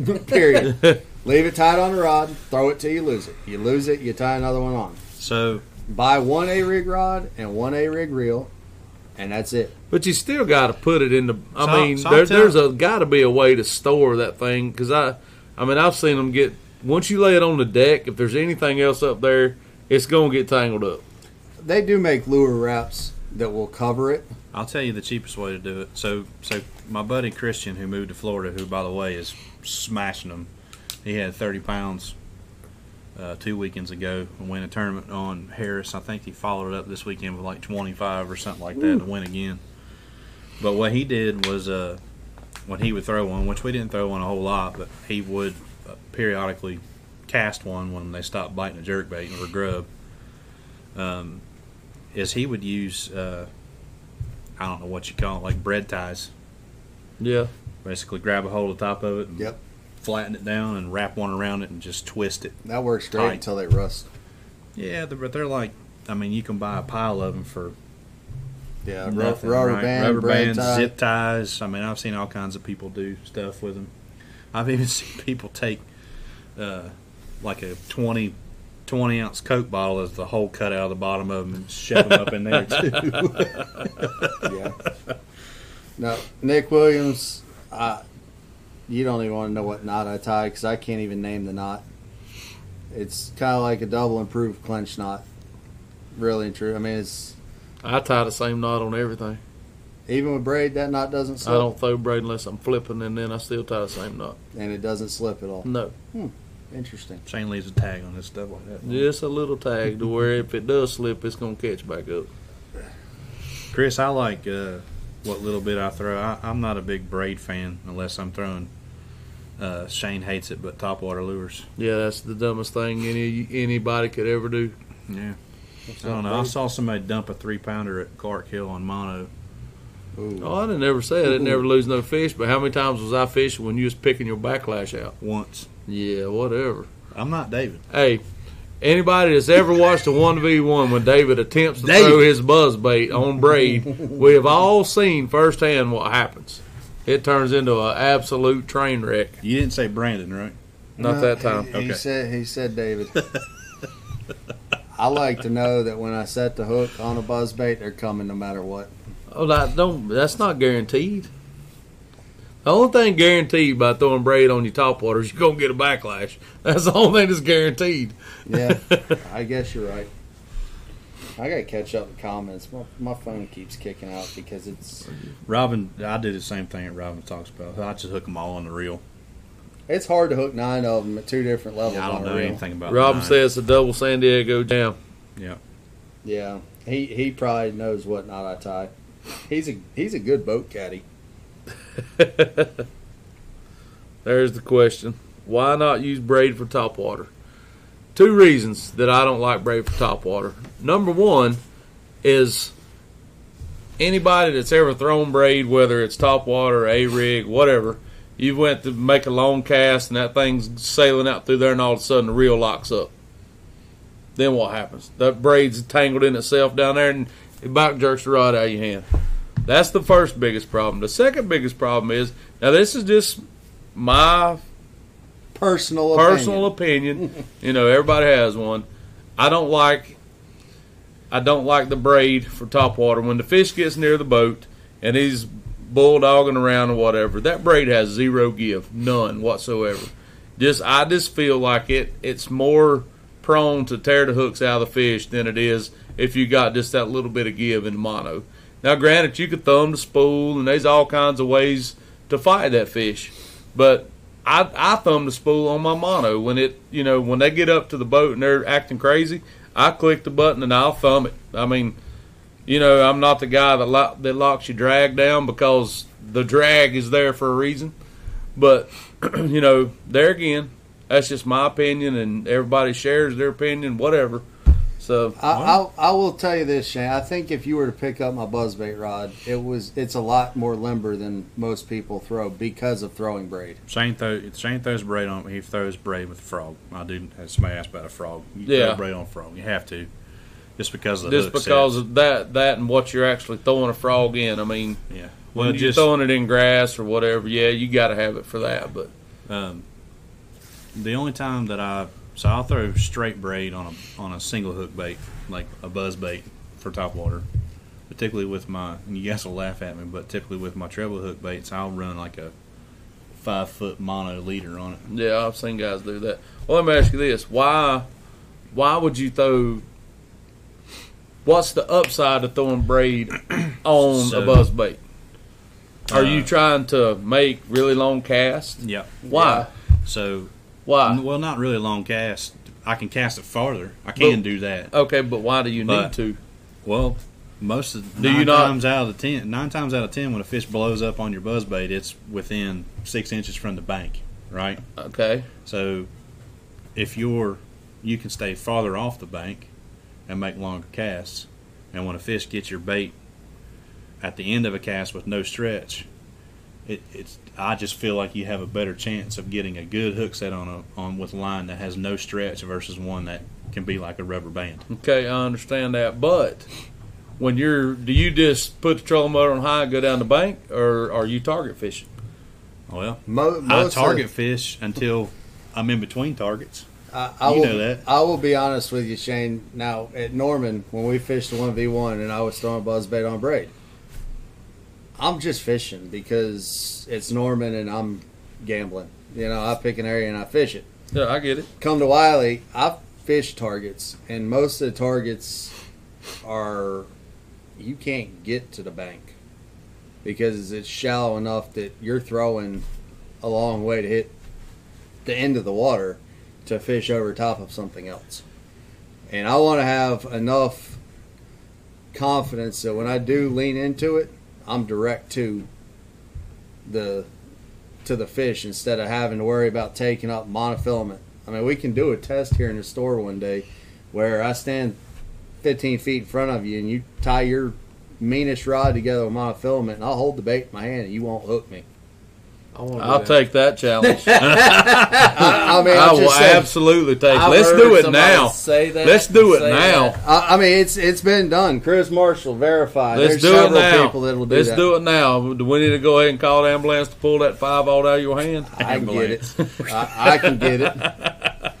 Period. Leave it tied on the rod, throw it till you lose it. You lose it, you tie another one on.
So
Buy one A rig rod and one A rig reel, and that's it.
But you still got to put it in the. I
So-
mean,
so I'm
there,
telling-
there's a got to be a way to store that thing because I, I mean, I've seen them get once you lay it on the deck. If there's anything else up there, it's gonna get tangled up.
They do make lure wraps that will cover it.
I'll tell you the cheapest way to do it. So so my buddy Christian who moved to Florida, who by the way is smashing them. He had thirty pounds uh, two weekends ago and win a tournament on Harris. I think he followed it up this weekend with like 25 or something like that to win again. But what he did was uh, when he would throw one, which we didn't throw one a whole lot, but he would uh, periodically cast one when they stopped biting a jerkbait or a grub, um, is he would use, uh, I don't know what you call it, like bread ties.
Yeah,
Basically, grab a hold of the top of it and
Yep.
flatten it down and wrap one around it and just twist it.
That works great
Tight.
until they rust.
Yeah, they're, but they're like, I mean, you can buy a pile of them for
Yeah, ru-
nothing,
rubber
right?
band,
rubber
brand
bands,
tie.
zip ties. I mean, I've seen all kinds of people do stuff with them. I've even seen people take uh, like a 20, 20 ounce Coke bottle as the hole cut out of the bottom of them and shove them up in there too.
yeah. No, Nick Williams. I, you don't even want to know what knot I tie because I can't even name the knot. It's kind of like a double improved clinch knot. Really and true. I mean, it's
I tie the same knot on everything.
even with braid that knot doesn't
I
slip,
don't throw braid unless I'm flipping, and then I still tie the same knot.
and it doesn't slip at all.
No,
Interesting.
Shane leaves a tag on this stuff like that.
just a little tag to where if it does slip, it's gonna catch back up.
Chris, I like uh, what little bit I throw. I, I'm not a big braid fan unless I'm throwing. Uh, Shane hates it, but top water lures.
Yeah, that's the dumbest thing any anybody could ever do.
Yeah, I don't know. I saw somebody dump a three pounder at Clark Hill on mono.
Ooh.
Oh, I didn't ever say I didn't ever lose no fish, but how many times was I fishing when you was picking your backlash out?
once.
Yeah, whatever.
I'm not David.
Hey, anybody that's ever watched a one v one when David attempts to
David.
throw his buzz bait on braid, we have all seen firsthand what happens. It turns into an absolute train wreck.
You didn't say Brandon, right?
Not
No,
that time.
He, he
Okay.
said he said David. I like to know that when I set the hook on a buzz bait, they're coming no matter what.
Oh, that don't. That's not guaranteed. The only thing guaranteed by throwing braid on your top water is you're gonna get a backlash. That's the only thing that's guaranteed.
Yeah, I guess you're right. I gotta catch up with comments. My, my phone keeps kicking out because it's
Robin, I did the same thing that Robin talks about. I just hook them all on the reel.
it's hard to hook nine of them at two different levels.
Yeah, I don't
on a
know
reel.
anything about.
Robin
nine.
says it's a double San Diego jam.
Yeah, he he probably knows what knot I tie. He's a he's a good boat caddy.
There's the question. Why not use braid for top water? Two reasons that I don't like braid for top water. Number one is anybody that's ever thrown braid, whether it's top water, a rig, whatever, you went to make a long cast and that thing's sailing out through there, and all of a sudden the reel locks up. Then what happens? That braid's tangled in itself down there, and it about jerks the rod out of your hand. That's the first biggest problem. The second biggest problem is now this is just my
Personal
personal
opinion.
opinion. you know, everybody has one. I don't like I don't like the braid for top water. When the fish gets near the boat and he's bulldogging around or whatever, that braid has zero give, none whatsoever. Just I just feel like it it's more prone to tear the hooks out of the fish than it is if you got just that little bit of give in mono. Now granted you could thumb the spool and there's all kinds of ways to fight that fish. But I, I thumb the spool on my mono when it you know when they get up to the boat and they're acting crazy. I click the button and I'll thumb it. I mean, you know, I'm not the guy that lo- that locks your drag down because the drag is there for a reason. But you know, there again, that's just my opinion, and everybody shares their opinion, whatever. So
I, I'll, I will tell you this, Shane. I think if you were to pick up my buzzbait rod, it was it's a lot more limber than most people throw because of throwing braid.
Shane throws Shane throws braid on. He throws braid with a frog. I do. Somebody asked about a frog. You
Yeah.
throw braid on a frog. You have to, just because of the
just
hook set.
because of that that and what you're actually throwing a frog in, I mean.
yeah.
When
Well,
you're
just
throwing it in grass or whatever, yeah, you got to have it for that. But
Um, the only time that I so I'll throw straight braid on a on a single hook bait, like a buzz bait for top water. Particularly with my and you guys will laugh at me, but typically with my treble hook baits, I'll run like a five foot mono leader on it.
yeah, I've seen guys do that. Well, let me ask you this: why, why would you throw? What's the upside of throwing braid on
So-
a buzz bait? Are you
Uh,
trying to make really long casts?
Yeah.
Why?
So
Why?
well not really long cast. I can cast it farther. I can do that.
Okay, but why do you need
But-
to?
Well, most of
Do you
nine
not-
times out of the ten nine times out of ten when a fish blows up on your buzz bait, it's within six inches from the bank, right?
Okay,
So if you're you can stay farther off the bank and make longer casts. And when a fish gets your bait at the end of a cast with no stretch, it, it's I just feel like you have a better chance of getting a good hook set on a on with line that has no stretch versus one that can be like a rubber band.
okay, I understand that, but. When you're, do you just put the trolling motor on high and go down the bank, or are you target fishing?
Well,
Mo-
I
most of-
target fish until I'm in between targets.
I, I
You
will,
know that.
I will be honest with you, Shane. Now at Norman, when we fished the one v one, and I was throwing buzz bait on braid, I'm just fishing because it's Norman, and I'm gambling. You know, I pick an area and I fish it.
Yeah, I get it.
Come to Wiley, I fish targets, and most of the targets are you can't get to the bank because it's shallow enough that you're throwing a long way to hit the end of the water to fish over top of something else. And I want to have enough confidence that when I do lean into it, I'm direct to the to the fish instead of having to worry about taking up monofilament. I mean, we can do a test here in the store one day where I stand 15 feet in front of you and you tie your meanest rod together with monofilament and I'll hold the bait in my hand and you won't hook me.
I want
I'll take that challenge.
I, I mean,
I
I'm
will
just saying,
absolutely take. it. Let's do it now.
Say that.
Let's do it
say
now.
that.
I, I mean, it's it's been done. Chris Marshall verified.
Let's
There's
do it
several
now.
people that'll do
Let's
that.
do it now. Do we need to go ahead and call the ambulance to pull that five out of your hand?
I can get it. I, I can get it.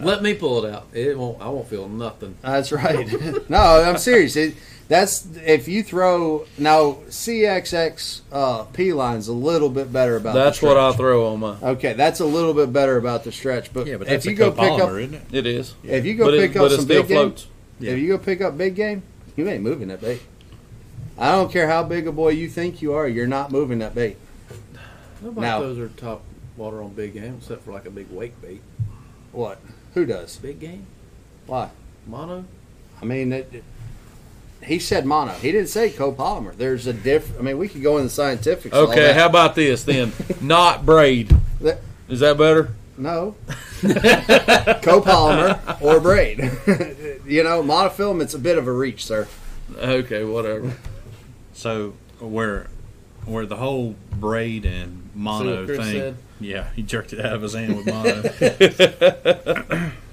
Let me pull it out. It won't. I won't feel nothing.
That's right. no, I'm serious. It, that's if you throw now CXX uh, P line's a little bit better about. the
That's what I
stretch.
throw on my.
Okay, that's a little bit better about the stretch, but,
Yeah, but
if
that's
you
a
go pick
copolymer,
up,
isn't it?
It is.
if you go
but
pick
it,
up
but it
some
still
big game,
floats.
Yeah.
if you go pick up big game, you ain't moving that bait. I don't care how big a boy you think you are, you're not moving that bait.
Nobody
Now-
throws their top water on big game except for like a big wake bait.
What? Who does?
Big game
Why?
mono.
I mean, it, it- he said mono. He didn't say copolymer. There's a diff. I mean, we could go in the scientifics. and all
Okay,
that.
how about this then? Not braid.
That-
Is that better?
No. Copolymer or braid. you know, monofilament's a bit of a reach, sir.
Okay, whatever.
So where where the whole braid and
See
mono
what Chris
thing.
said?
Yeah, he jerked it out of his hand with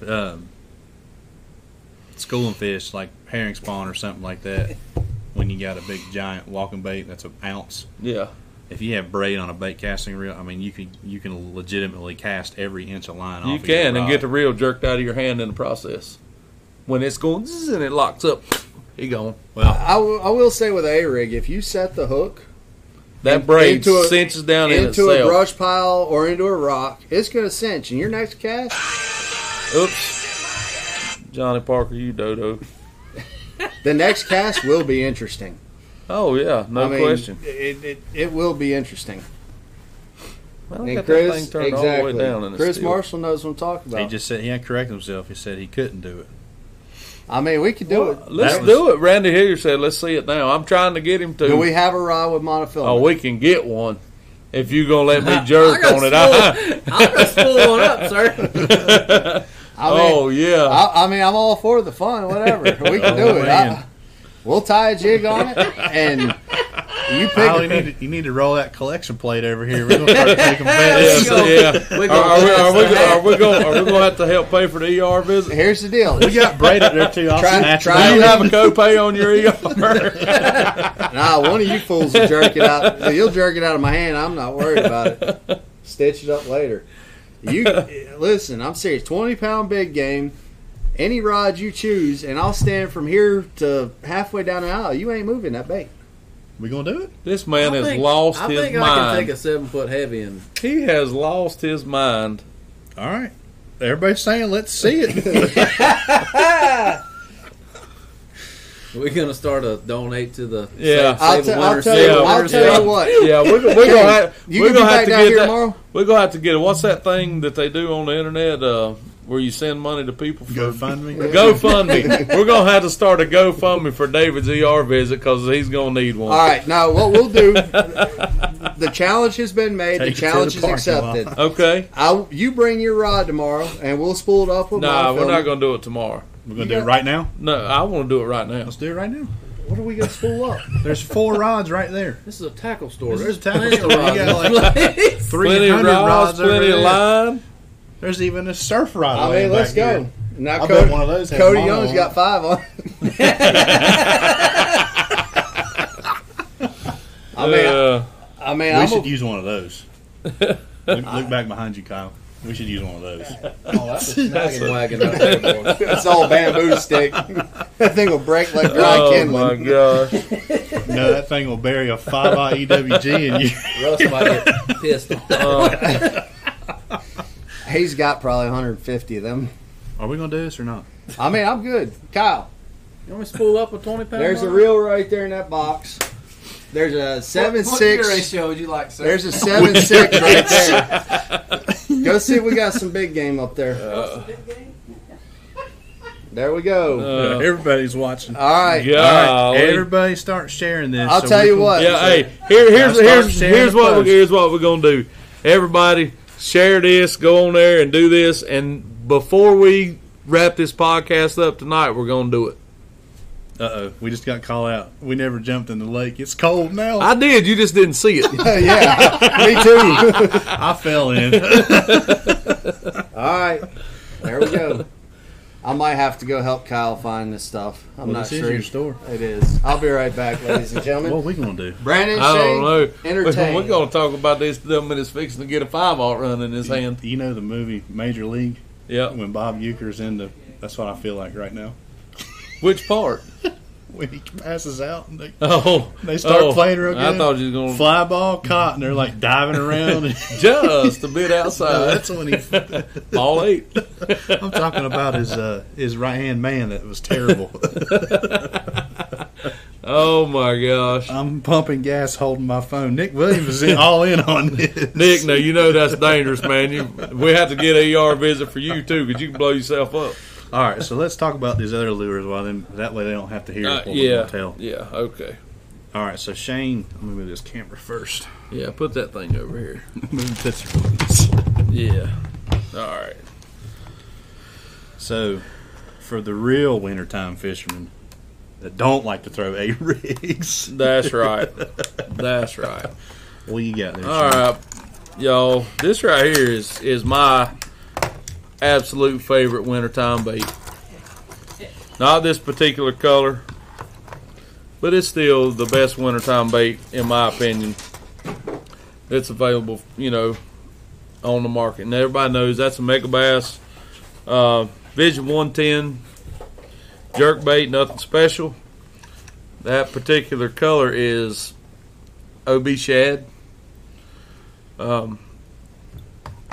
mono. um, schooling fish like herring spawn or something like that. When you got a big giant walking bait that's an ounce,
Yeah.
if you have braid on a bait casting reel, I mean you can you can legitimately cast every inch of line off.
You
of your
can and
rod.
get the reel jerked out of your hand in the process. When it's going zzz and it locks up, he gone.
well.
I, will- I will say with a rig, if you set the hook
That
In-
braid
into a-
cinches down in
into a
itself.
brush pile or into a rock, it's going to cinch. And your next cast,
Oops. Johnny Parker, you dodo.
the next cast will be interesting.
Oh yeah, no
I mean,
question.
It, it, it will be interesting.
I don't
And
got that
Chris,
thing turned all the way down
exactly.
in
Chris
the steel.
Marshall knows what I'm talking
He
about.
just said he had corrected himself. He said he couldn't do it.
I mean, we could do
Well,
it.
Let's
That was-
do it. Randy Hillier said, "Let's see it now." I'm trying to get him to.
Do we have a rod with monofilament?
oh, we can get one if you gonna let me jerk on it. I,
I'm gonna spool one up, sir.
I mean,
oh yeah,
I, I mean, I'm all for the fun, whatever. We can do
Oh,
it.
man.
I, we'll tie a jig on it, and you pick.
Oh, you need to, you need to roll that collection plate over here. We're gonna start taking
yes,
bets.
go.
yeah.
We
Are,
gonna
are we, are, we,
test
gonna- are we gonna are we gonna have to help pay for the ER visit?
Here's the deal.
We got braid up there too. I'll
Try-
snatch
try
it
Do
out.
you have a copay on your ER?
Nah, one of you fools will jerk it out. You'll jerk it out of my hand. I'm not worried about it. Stitch it up later. You listen. I'm serious. Twenty pound big game. Any rod you choose, and I'll stand from here to halfway down the aisle. You ain't moving that bait.
We gonna do it?
this man has lost
I
his
think I can take
mind.
a seven foot heavy and
He has lost his mind.
All right. Everybody's saying, let's see it.
we're gonna start a donate to the
Yeah.
save, save
I'll,
a
te- I'll
winner,
tell
save
you.
a
I'll tell
winner, save-
you what.
Yeah, we're, we're
Hey,
gonna have,
you
we're
can be
gonna have
back
to
down
get
here
that.
tomorrow?
We're gonna have to get it. What's that thing that they do on the internet uh, where you send money to people for
Go find me.
GoFundMe? we're gonna have to start a GoFundMe for David's ER visit because he's gonna need one.
All right, now what we'll do? the challenge has been made.
Take it to the
the challenge is
parking
accepted.
lot.
Okay.
I, you bring your rod tomorrow, and we'll spool it up with.
Nah, we're not
monofilament.
gonna do it tomorrow.
We're gonna do it right now.
No, I want to do it right now.
Let's do it right now.
What are we gonna spool up?
There's four rods right there.
This is a tackle store.
This
There's
is a tackle
plenty of
store. You
rods.
got,
in place.
Plenty
300
of rods,
over
plenty of
there.
line.
There's even a surf rod.
I
laying
mean, let's
back
go.
here.
Now
I bet
Cody,
one of those has
Cody
mono
Young's
on
got
it.
five on. I mean,
Uh,
I, I mean,
We
I'm
should
a-
Uh, use one of those. look, look back behind you, Kyle. We should use one of those.
Oh, that's a
That's
snagging
a-
wagon up there, boy.
It's all bamboo stick. that thing will break like dry
Oh my
kindling.
gosh!
no, that thing will bury a five IEWG in you.
Russ might get pissed on that.
Uh,
He's got probably 150 of them.
Are we gonna do this or not?
I mean, I'm good. Kyle,
You want me to spool up with 20 pounds?
there's a reel right there in that box. There's a seven
What
six.
gear ratio would you like, sir?
There's a seven six right there. Go see, if we got some big game up there. there we go.
uh,
Everybody's watching.
All right.
All right,
golly.
everybody start sharing this.
I'll
so
tell
we
you
can-
what.
Yeah, hey, here, here's
Gotta start
here's
sharing
here's
the
what we,
post.
here's what we're gonna do. Everybody, share this. Go on there and do this. And before we wrap this podcast up tonight, we're gonna do it.
Uh oh, we just got called out. We never jumped in the lake. It's cold now. I,
I did. You just didn't see it.
yeah. Me too.
fell in.
All right. There we go. I might have to go help Kyle find this stuff. I'm
Well,
not
this is
sure.
your store.
It is. I'll be right back, ladies and
what are
gentlemen.
we gonna do?
Brandon
I don't
Shane,
know.
entertain.
We're gonna talk about this dumb minutes fixing to get a five out run in his hand.
You know the movie Major League
Yeah.
when Bob Euchre's in the. That's what I feel like right now.
Which part?
When he passes out and they,
Oh,
they start
oh,
playing real good.
I thought you was gonna
fly ball caught and they're like diving around. And,
just a bit
No,
outside.
Uh, that's when he.
All eight.
I'm talking about his uh, his right hand man that was terrible.
Oh my gosh.
I'm pumping gas, holding my phone. Nick Williams is in, all in on this.
Nick, now you know that's dangerous, man. You, we have to get a ER visit for you too, because you can blow yourself up.
All right, so let's talk about these other lures. While then, that way they don't have to hear
Uh,
what we're
yeah,
gonna tell.
yeah, okay,
All right, so Shane, I'm gonna move this camera first.
yeah. Put that thing over here.
Move the picture.
Yeah. All right.
So, for the real wintertime fishermen that don't like to throw a rigs,
That's right. That's right.
what you got there?
All
Shane?
right, y'all. This right here is is my absolute favorite wintertime bait. Not this particular color, but it's still the best wintertime bait in my opinion. That's available, you know, on the market, and everybody knows that's a mega bass. Uh, Vision 110 jerk bait, nothing special. That particular color is OB shad. Um,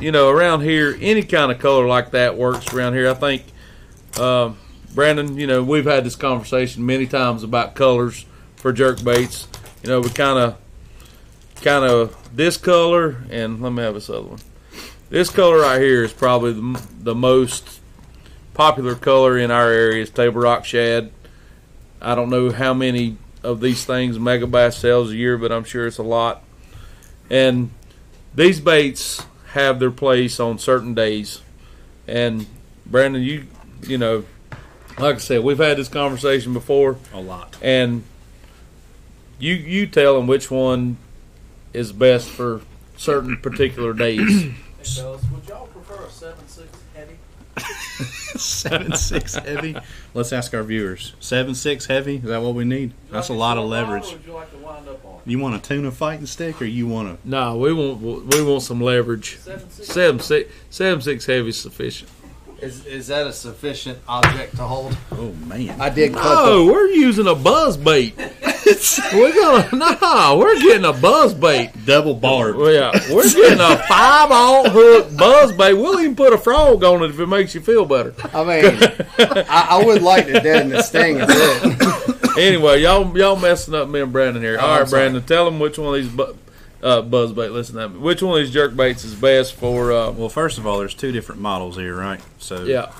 you know, around here, any kind of color like that works around here. I think, um, Brandon, you know, we've had this conversation many times about colors for jerk baits. You know, we kind of, kind of this color, and let me have this other one. This color right here is probably the, m- the most popular color in our area is table rock shad. I don't know how many of these things Mega Bass sells a year, but I'm sure it's a lot. And these baits have their place on certain days. And Brandon, you you know, like I said, we've had this conversation before,
a lot.
and you you tell them which one is best for certain particular days.
fellas, would y'all prefer a 7.6 heavy?
Seven six heavy. Let's ask our viewers. Seven six heavy. Is that what we need? That's a lot of leverage.
you like to wind up on?
You want a tuna fighting stick, or you want a?
nah, we want we want some leverage.
7.6?
Seven six seven six heavy is sufficient.
Is, is that a sufficient object to hold?
Oh man.
I did cut the
Oh, we're using a buzz bait. we're gonna nah, we're getting a buzz bait.
Double barb.
Well, yeah, we're getting a five alt hook buzz bait. We'll even put a frog on it if it makes you feel better.
I mean, I, I would like to deaden this thing a bit.
Anyway, y'all y'all messing up me and Brandon here. All
I'm
right,
sorry.
Brandon, tell them which one of these bu- uh, buzz bait. Listen to me. Which one of these jerk baits is best for? Uh,
Well, first of all, there's two different models here, right? So
yeah,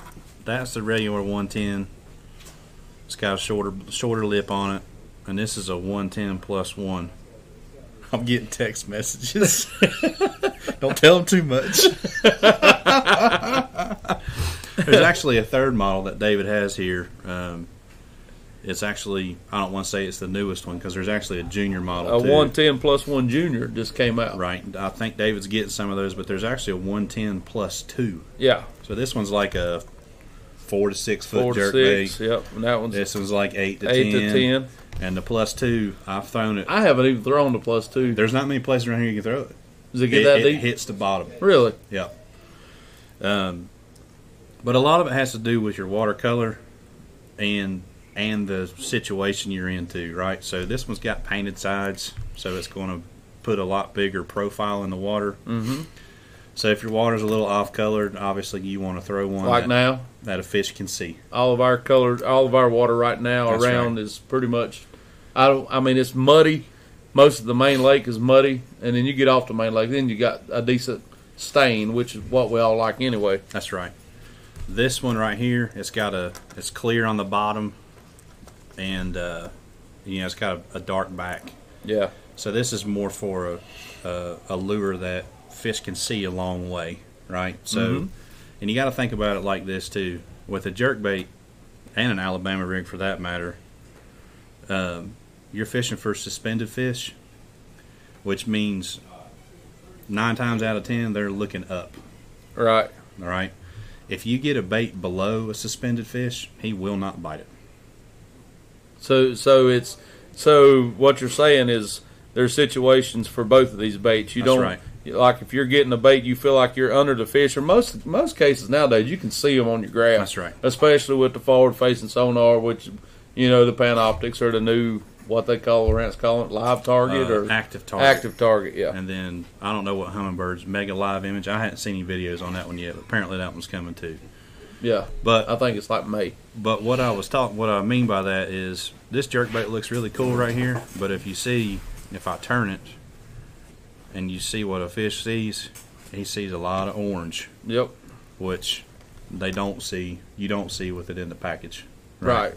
that's the regular 110. It's got a shorter shorter lip on it, and this is a 110 plus one. I'm getting text messages. Don't tell them too much. There's actually a third model that David has here. Um, it's actually I don't want to say it's the newest one because there's actually a junior model.
a
too.
one ten plus one junior just came out.
Right. I think David's getting some of those, but there's actually a 110 plus two.
Yeah,
So this one's like a four to six foot
four to
jerk
six.
bait.
Yep, and that one's
This one's like eight to
eight to
ten.
ten.
And the plus two, I've thrown it.
I haven't even thrown the plus two.
There's not many places around here you can throw it.
Does it
It,
get that
it
deep?
hits the bottom.
Really?
Yep. Um, but a lot of it has to do with your watercolor and and the situation you're into, right? So this one's got painted sides, so it's going to put a lot bigger profile in the water.
Mm-hmm.
So if your water's a little off colored, obviously you want to throw one
Like
that,
now,
that a fish can see.
all of our color, all of our water right now
That's
around is pretty much. I don't. I mean, it's muddy. Most of the main lake is muddy, and then you get off the main lake, then you got a decent stain, which is what we all like anyway.
That's right. This one right here, it's got a it's clear on the bottom, and uh, you know it's got a, a dark back.
Yeah,
So this is more for a, a, a lure that fish can see a long way, right? So,
Mhm.
and you got to think about it like this too. With a jerkbait and an Alabama rig for that matter, um, you're fishing for suspended fish, which means nine times out of ten they're looking up.
right.
All right. If you get a bait below a suspended fish, he will not bite it.
So, so it's so what you're saying is there's situations for both of these baits. You
That's
don't
right.
like if you're getting a bait, you feel like you're under the fish. Or most most cases nowadays, you can see them on your graph.
That's right.
especially with the forward facing sonar, which you know the panoptics or the new what they call Lawrence calling it live target
Uh,
or
active target.
active target. Yeah,
And then I don't know what hummingbirds mega live image. I hadn't seen any videos on that one yet. But apparently that one's coming too.
yeah.
But
I think it's like May.
but what I was talking, what I mean by that is this jerkbait looks really cool right here. But if you see, if I turn it, and you see what a fish sees, he sees a lot of orange,
Yep.
which they don't see. You don't see with it in the package.
Right.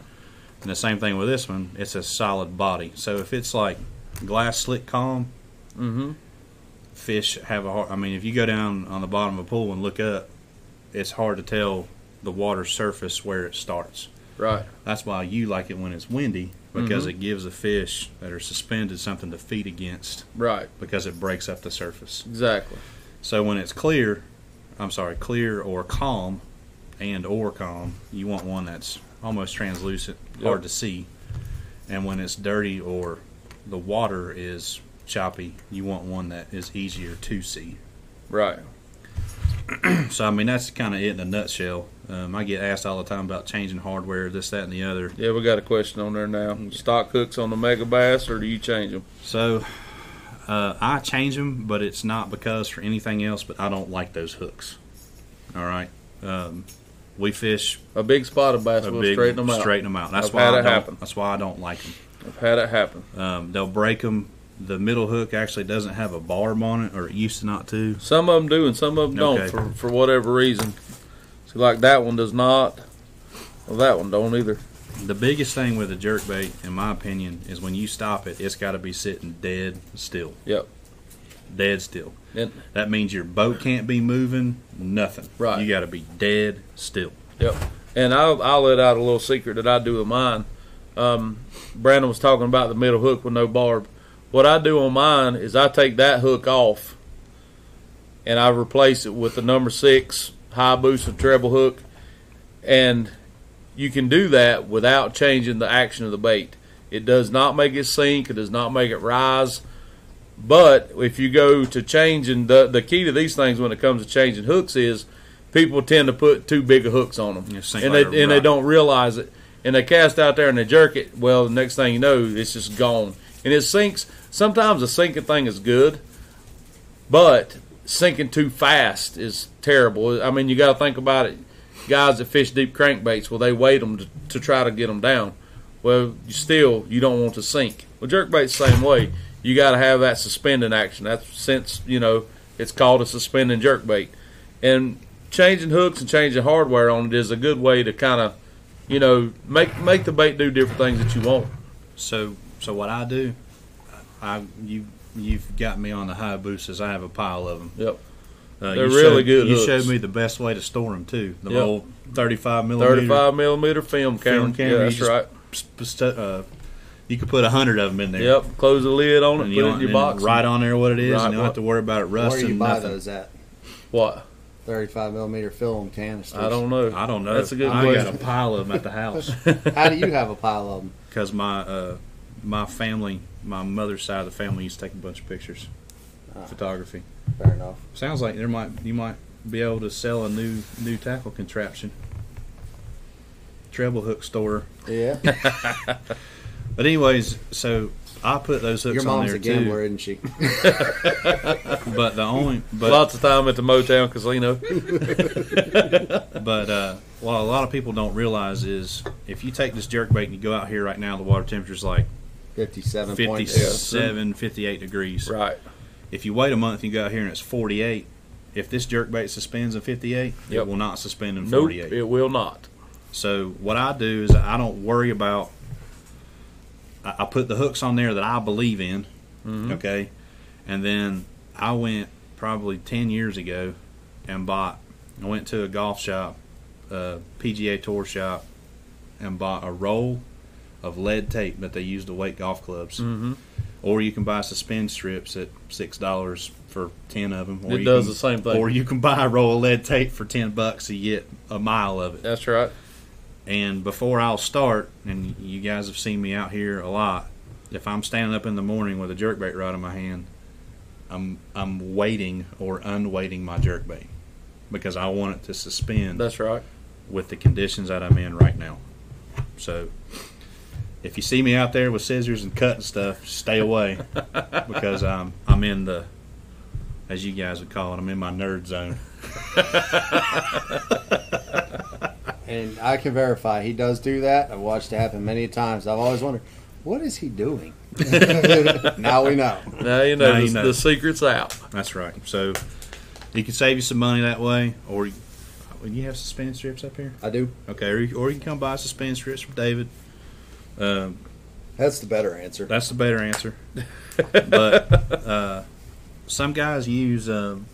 And the same thing with this one. It's a solid body. So if it's like glass slick calm,
hmm
fish have a hard. I mean, if you go down on the bottom of a pool and look up, it's hard to tell the water surface where it starts.
Right.
That's why you like it when it's windy because it gives the fish that are suspended something to feed against
Right.
because it breaks up the surface.
Exactly.
So when it's clear, I'm sorry, clear or calm, and or calm, you want one that's almost translucent, hard
Yep.
to see. And when it's dirty or the water is choppy, you want one that is easier to see.
Right.
So I mean, that's kind of it in a nutshell. Um, I get asked all the time about changing hardware, this, that, and the other.
Yeah, we got a question on there now. Stock hooks on the mega bass, or do you change them?
So uh, I change them, but it's not because for anything else. But I don't like those hooks. All right, um, we fish
A big spot of bass
a
will
big
straighten them out.
straighten 'em out. That's
I've
why
had
I
it
don't,
happen.
That's why I don't like them.
I've had it happen.
Um, they'll break them. The middle hook actually doesn't have a barb on it, or it used to not to.
Some of them do, and some of them
Okay.
don't for, for whatever reason. So like that one does not. Well, that one don't either.
The biggest thing with a jerkbait, in my opinion, is when you stop it, it's got to be sitting dead still.
Yep.
Dead still.
And-
That means your boat can't be moving, nothing.
Right.
You got to be dead still.
And I'll, I'll let out a little secret that I do with mine. Um, Brandon was talking about the middle hook with no barb. What I do on mine is I take that hook off and I replace it with the number six high booster treble hook. And you can do that without changing the action of the bait. It does not make it sink, it does not make it rise. But if you go to changing the the key to these things when it comes to changing hooks is people tend to put too big of hooks on them
You sink
and
like
they
a
and they
rock.
don't realize it, and they cast out there and they jerk it. Well, the next thing you know, it's just gone, and it sinks. Sometimes a sinking thing is good, but sinking too fast is terrible. I mean, you got to think about it. Guys that fish deep crankbaits, well, they weight them to, to try to get them down. Well, you still you don't want to sink. Well, jerkbait's the same way. You got to have that suspending action. That's since you know it's called a suspending jerkbait, and changing hooks and changing hardware on it is a good way to kind of, you know, make make the bait do different things that you want.
So, so what I do, I you you've got me on the Hayabusas. I have a pile of them.
Yep.
Uh,
They're
you
really
showed,
good
You
hooks.
showed me the best way to store them too. The
Yep.
old thirty-five millimeter.
Thirty-five millimeter film camera.
Film camera,
Yeah,
you
that's
just
right.
sp- stu- uh, you could put a hundred of them in there.
Yep. Close the lid on it.
And
Put
you
it
don't,
in your
and
box.
Right on there, what it is,
Right,
and you don't
what-
have to worry about it
Where
rusting.
do you buy
nothing.
those at?
What?
35 millimeter film canisters.
I don't know.
I don't know.
That's a good
I
question.
got a pile of them at the house
How do you have a pile of them?
because my uh, my family, my mother's side of the family, used to take a bunch of pictures,
Ah.
photography.
Fair enough.
Sounds like there might you might be able to sell a new new tackle contraption. Treble hook store.
Yeah.
But anyways, so I put those hooks
Your
on
mom's
there
a gambler,
too.
isn't she?
But the only but
Lots of time at the Motown Casino.
But uh, what a lot of people don't realize is if you take this jerk bait and you go out here right now, the water temperature is like
57 points.
57, 58 degrees.
Right.
If you wait a month and you go out here and it's 48, if this jerk bait suspends in 58,
Yep.
it will not suspend in
Nope,
48.
it will not.
So what I do is I don't worry about. I, I put the hooks on there that I believe in,
Mm-hmm.
okay, and then I went probably ten years ago and bought. I went to a golf shop, a PGA Tour shop, and bought a roll of lead tape that they use to weight golf clubs. Mm-hmm. Or you can buy suspend strips at six dollars for ten of them. Or
It
you
does
can-
the same thing.
Or you can buy a roll of lead tape for ten bucks and get a mile of it.
That's right.
And before I'll start, and you guys have seen me out here a lot, if I'm standing up in the morning with a jerkbait rod in my hand, I'm I'm waiting or unweighting my jerkbait because I want it to suspend
That's right.
with the conditions that I'm in right now. So if you see me out there with scissors and cutting stuff, stay away because I'm I'm in the as you guys would call it, I'm in my nerd zone.
And I can verify he does do that. I've watched it happen many times. I've always wondered, what is he doing? now we know.
Now you know,
Now
the,
you know.
the secret's out.
That's right. So you can save you some money that way, or you- you have suspend strips up here.
I do.
Okay, or you, or you can come buy suspend strips from David. Um,
That's the better answer.
that's the better answer. but uh, some guys use. Um,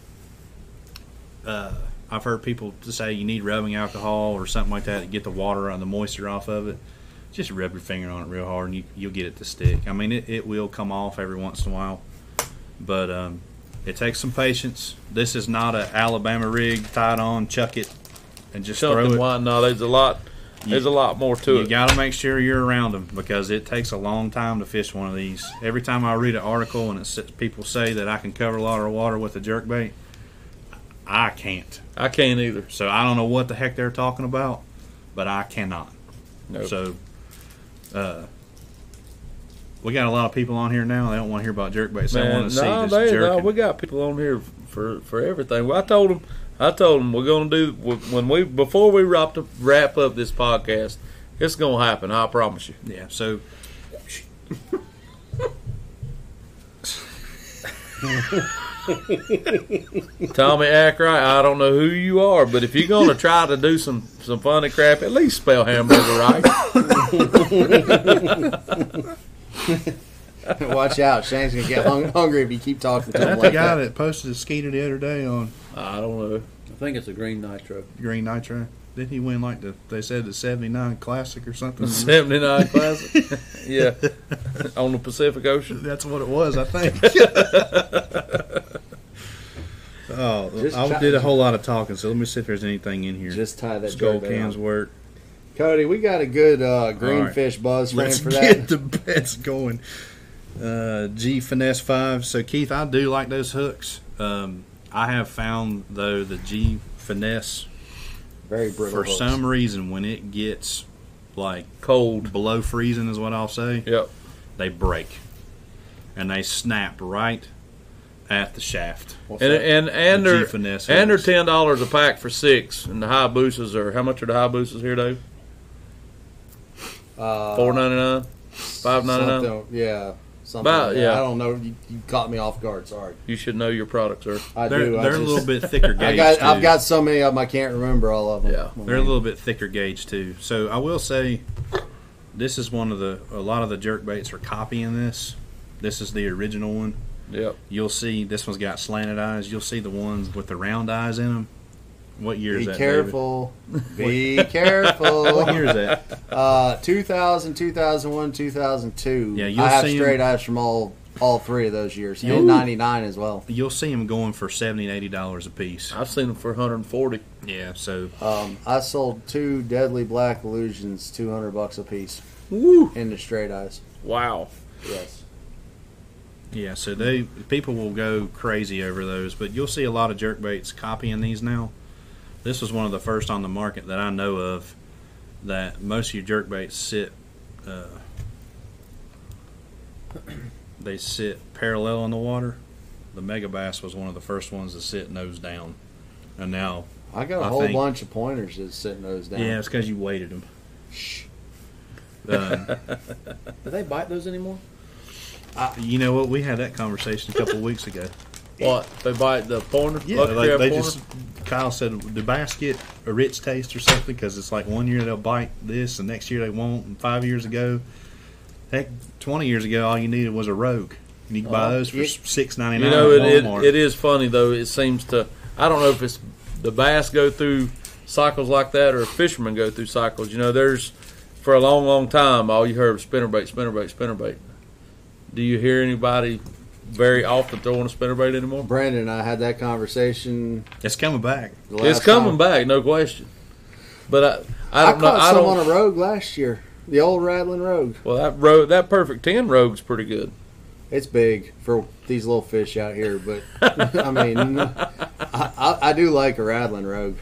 uh, I've heard people to say you need rubbing alcohol or something like that to get the water and the moisture off of it. Just rub your finger on it real hard and you, you'll get it to stick. I mean, it, it will come off every once in a while, but um, it takes some patience. This is not a Alabama rig tied on, chuck it, and just throw
Something
it.
why no, there's a lot there's a lot more to
You
it.
got to make sure you're around them because it takes a long time to fish one of these. Every time I read an article and it says, people say that I can cover a lot of water with a jerk bait, I can't.
I can't either.
So I don't know what the heck they're talking about, but I cannot.
Nope.
So, uh, we got a lot of people on here now. They don't want to hear about jerk baits. They
Man,
want to
no,
see this
they, no,
jerking.
we got people on here for for everything. Well, I told them, I told them we're gonna do when we before we wrap up, wrap up this podcast, it's gonna happen. I promise you.
yeah. So
Tommy Ackright, I don't know who you are, but if you're gonna try to do some some funny crap, at least spell hamburger right.
Watch out. Shane's going to get hung- hungry if you keep talking to him
that's the
like
guy
that.
that posted a skeeter the other day on
I don't know.
I think it's a green nitro.
Green Nitro. Didn't he win like the they said the '79 Classic or something?
Seventy nine classic. yeah. On the Pacific Ocean.
That's what it was, I think. oh,
Just
I
try-
did a whole lot of talking, so let me see if there's anything in here.
Just tie that uh,
skull
jerk bait
cans
on.
work.
Cody, we got a good uh,
All right.
greenfish buzz frame
Let's
for that.
get the bets going. Uh, G finesse five. So Keith, I do like those hooks. Um, I have found though the G finesse
Very brittle.
for
hooks.
some reason when it gets like
Cold.
below freezing is what I'll say.
Yep.
They break and they snap right at the shaft.
What's
And
that?
and and
The
they're
G-Finesse
and they're
hooks.
ten dollars a pack for six. And the high boosters are how much are the high boosters here, Dave?
Uh,
Four ninety nine. Five ninety nine.
something- Yeah. Something.
About-
like that.
yeah.
I don't know. You, you caught me off guard. Sorry.
You should know your product, sir.
I
They're,
do. I
they're a
just-
little bit thicker gauge.
I got, I've
too.
got so many of them, I can't remember all of them.
Yeah.
They're a little bit thicker gauge too. So I will say, this is one of the a lot of the jerk baits are copying this. This is the original one.
Yep.
You'll see this one's got slanted eyes. You'll see the ones with the round eyes in them. What year
Be
is that?
careful. Be
David? What year
careful.
is that?
Uh, 2000, 2001, 2002.
Yeah, you'll
I have
see 'em-
straight eyes from all all three of those years.
You'll-
And 99 as well.
You'll see them going for seventy to eighty dollars a piece.
I've seen them for one hundred and forty.
Yeah. So
Um, I sold two Deadly Black Illusions, 200 bucks a piece
Woo!
into straight eyes.
Wow.
Yes.
Yeah, so they people will go crazy over those, but you'll see a lot of jerkbaits copying these now. This was one of the first on the market that I know of that most of your jerkbaits sit uh, they sit parallel in the water. The mega bass was one of the first ones to sit nose down, and now
I got a
I
whole
think-
bunch of pointers that's sitting those down.
yeah, it's because you weighted them.
Shh.
Um,
Do they bite those anymore?
you know what? We had that conversation a couple weeks ago.
What? They bite the pointer? Lucky
like,
crab
they
pointer?
just Kyle said the basket a rich taste or something because it's like one year they'll bite this and next year they won't and five years ago, heck, twenty years ago all you needed was a rogue and you could buy
Oh,
those for
yeah.
six ninety
You
nine.
know, it,
at Walmart.
it, it is funny though. It seems to. I don't know if it's the bass go through cycles like that or fishermen go through cycles. You know, there's for a long, long time all you heard was spinnerbait, spinnerbait, spinnerbait. Do you hear anybody very often throwing a spinnerbait anymore?
Brandon and I had that conversation.
It's coming back.
The last
It's coming
time.
back, no question. But I, I
I,
don't know.
caught
I
some
don't.
on a rogue last year. The old rattling rogue.
well, that rogue, that perfect ten rogue's pretty good.
It's big for these little fish out here, but I mean, I, I, I do like a rattling rogue.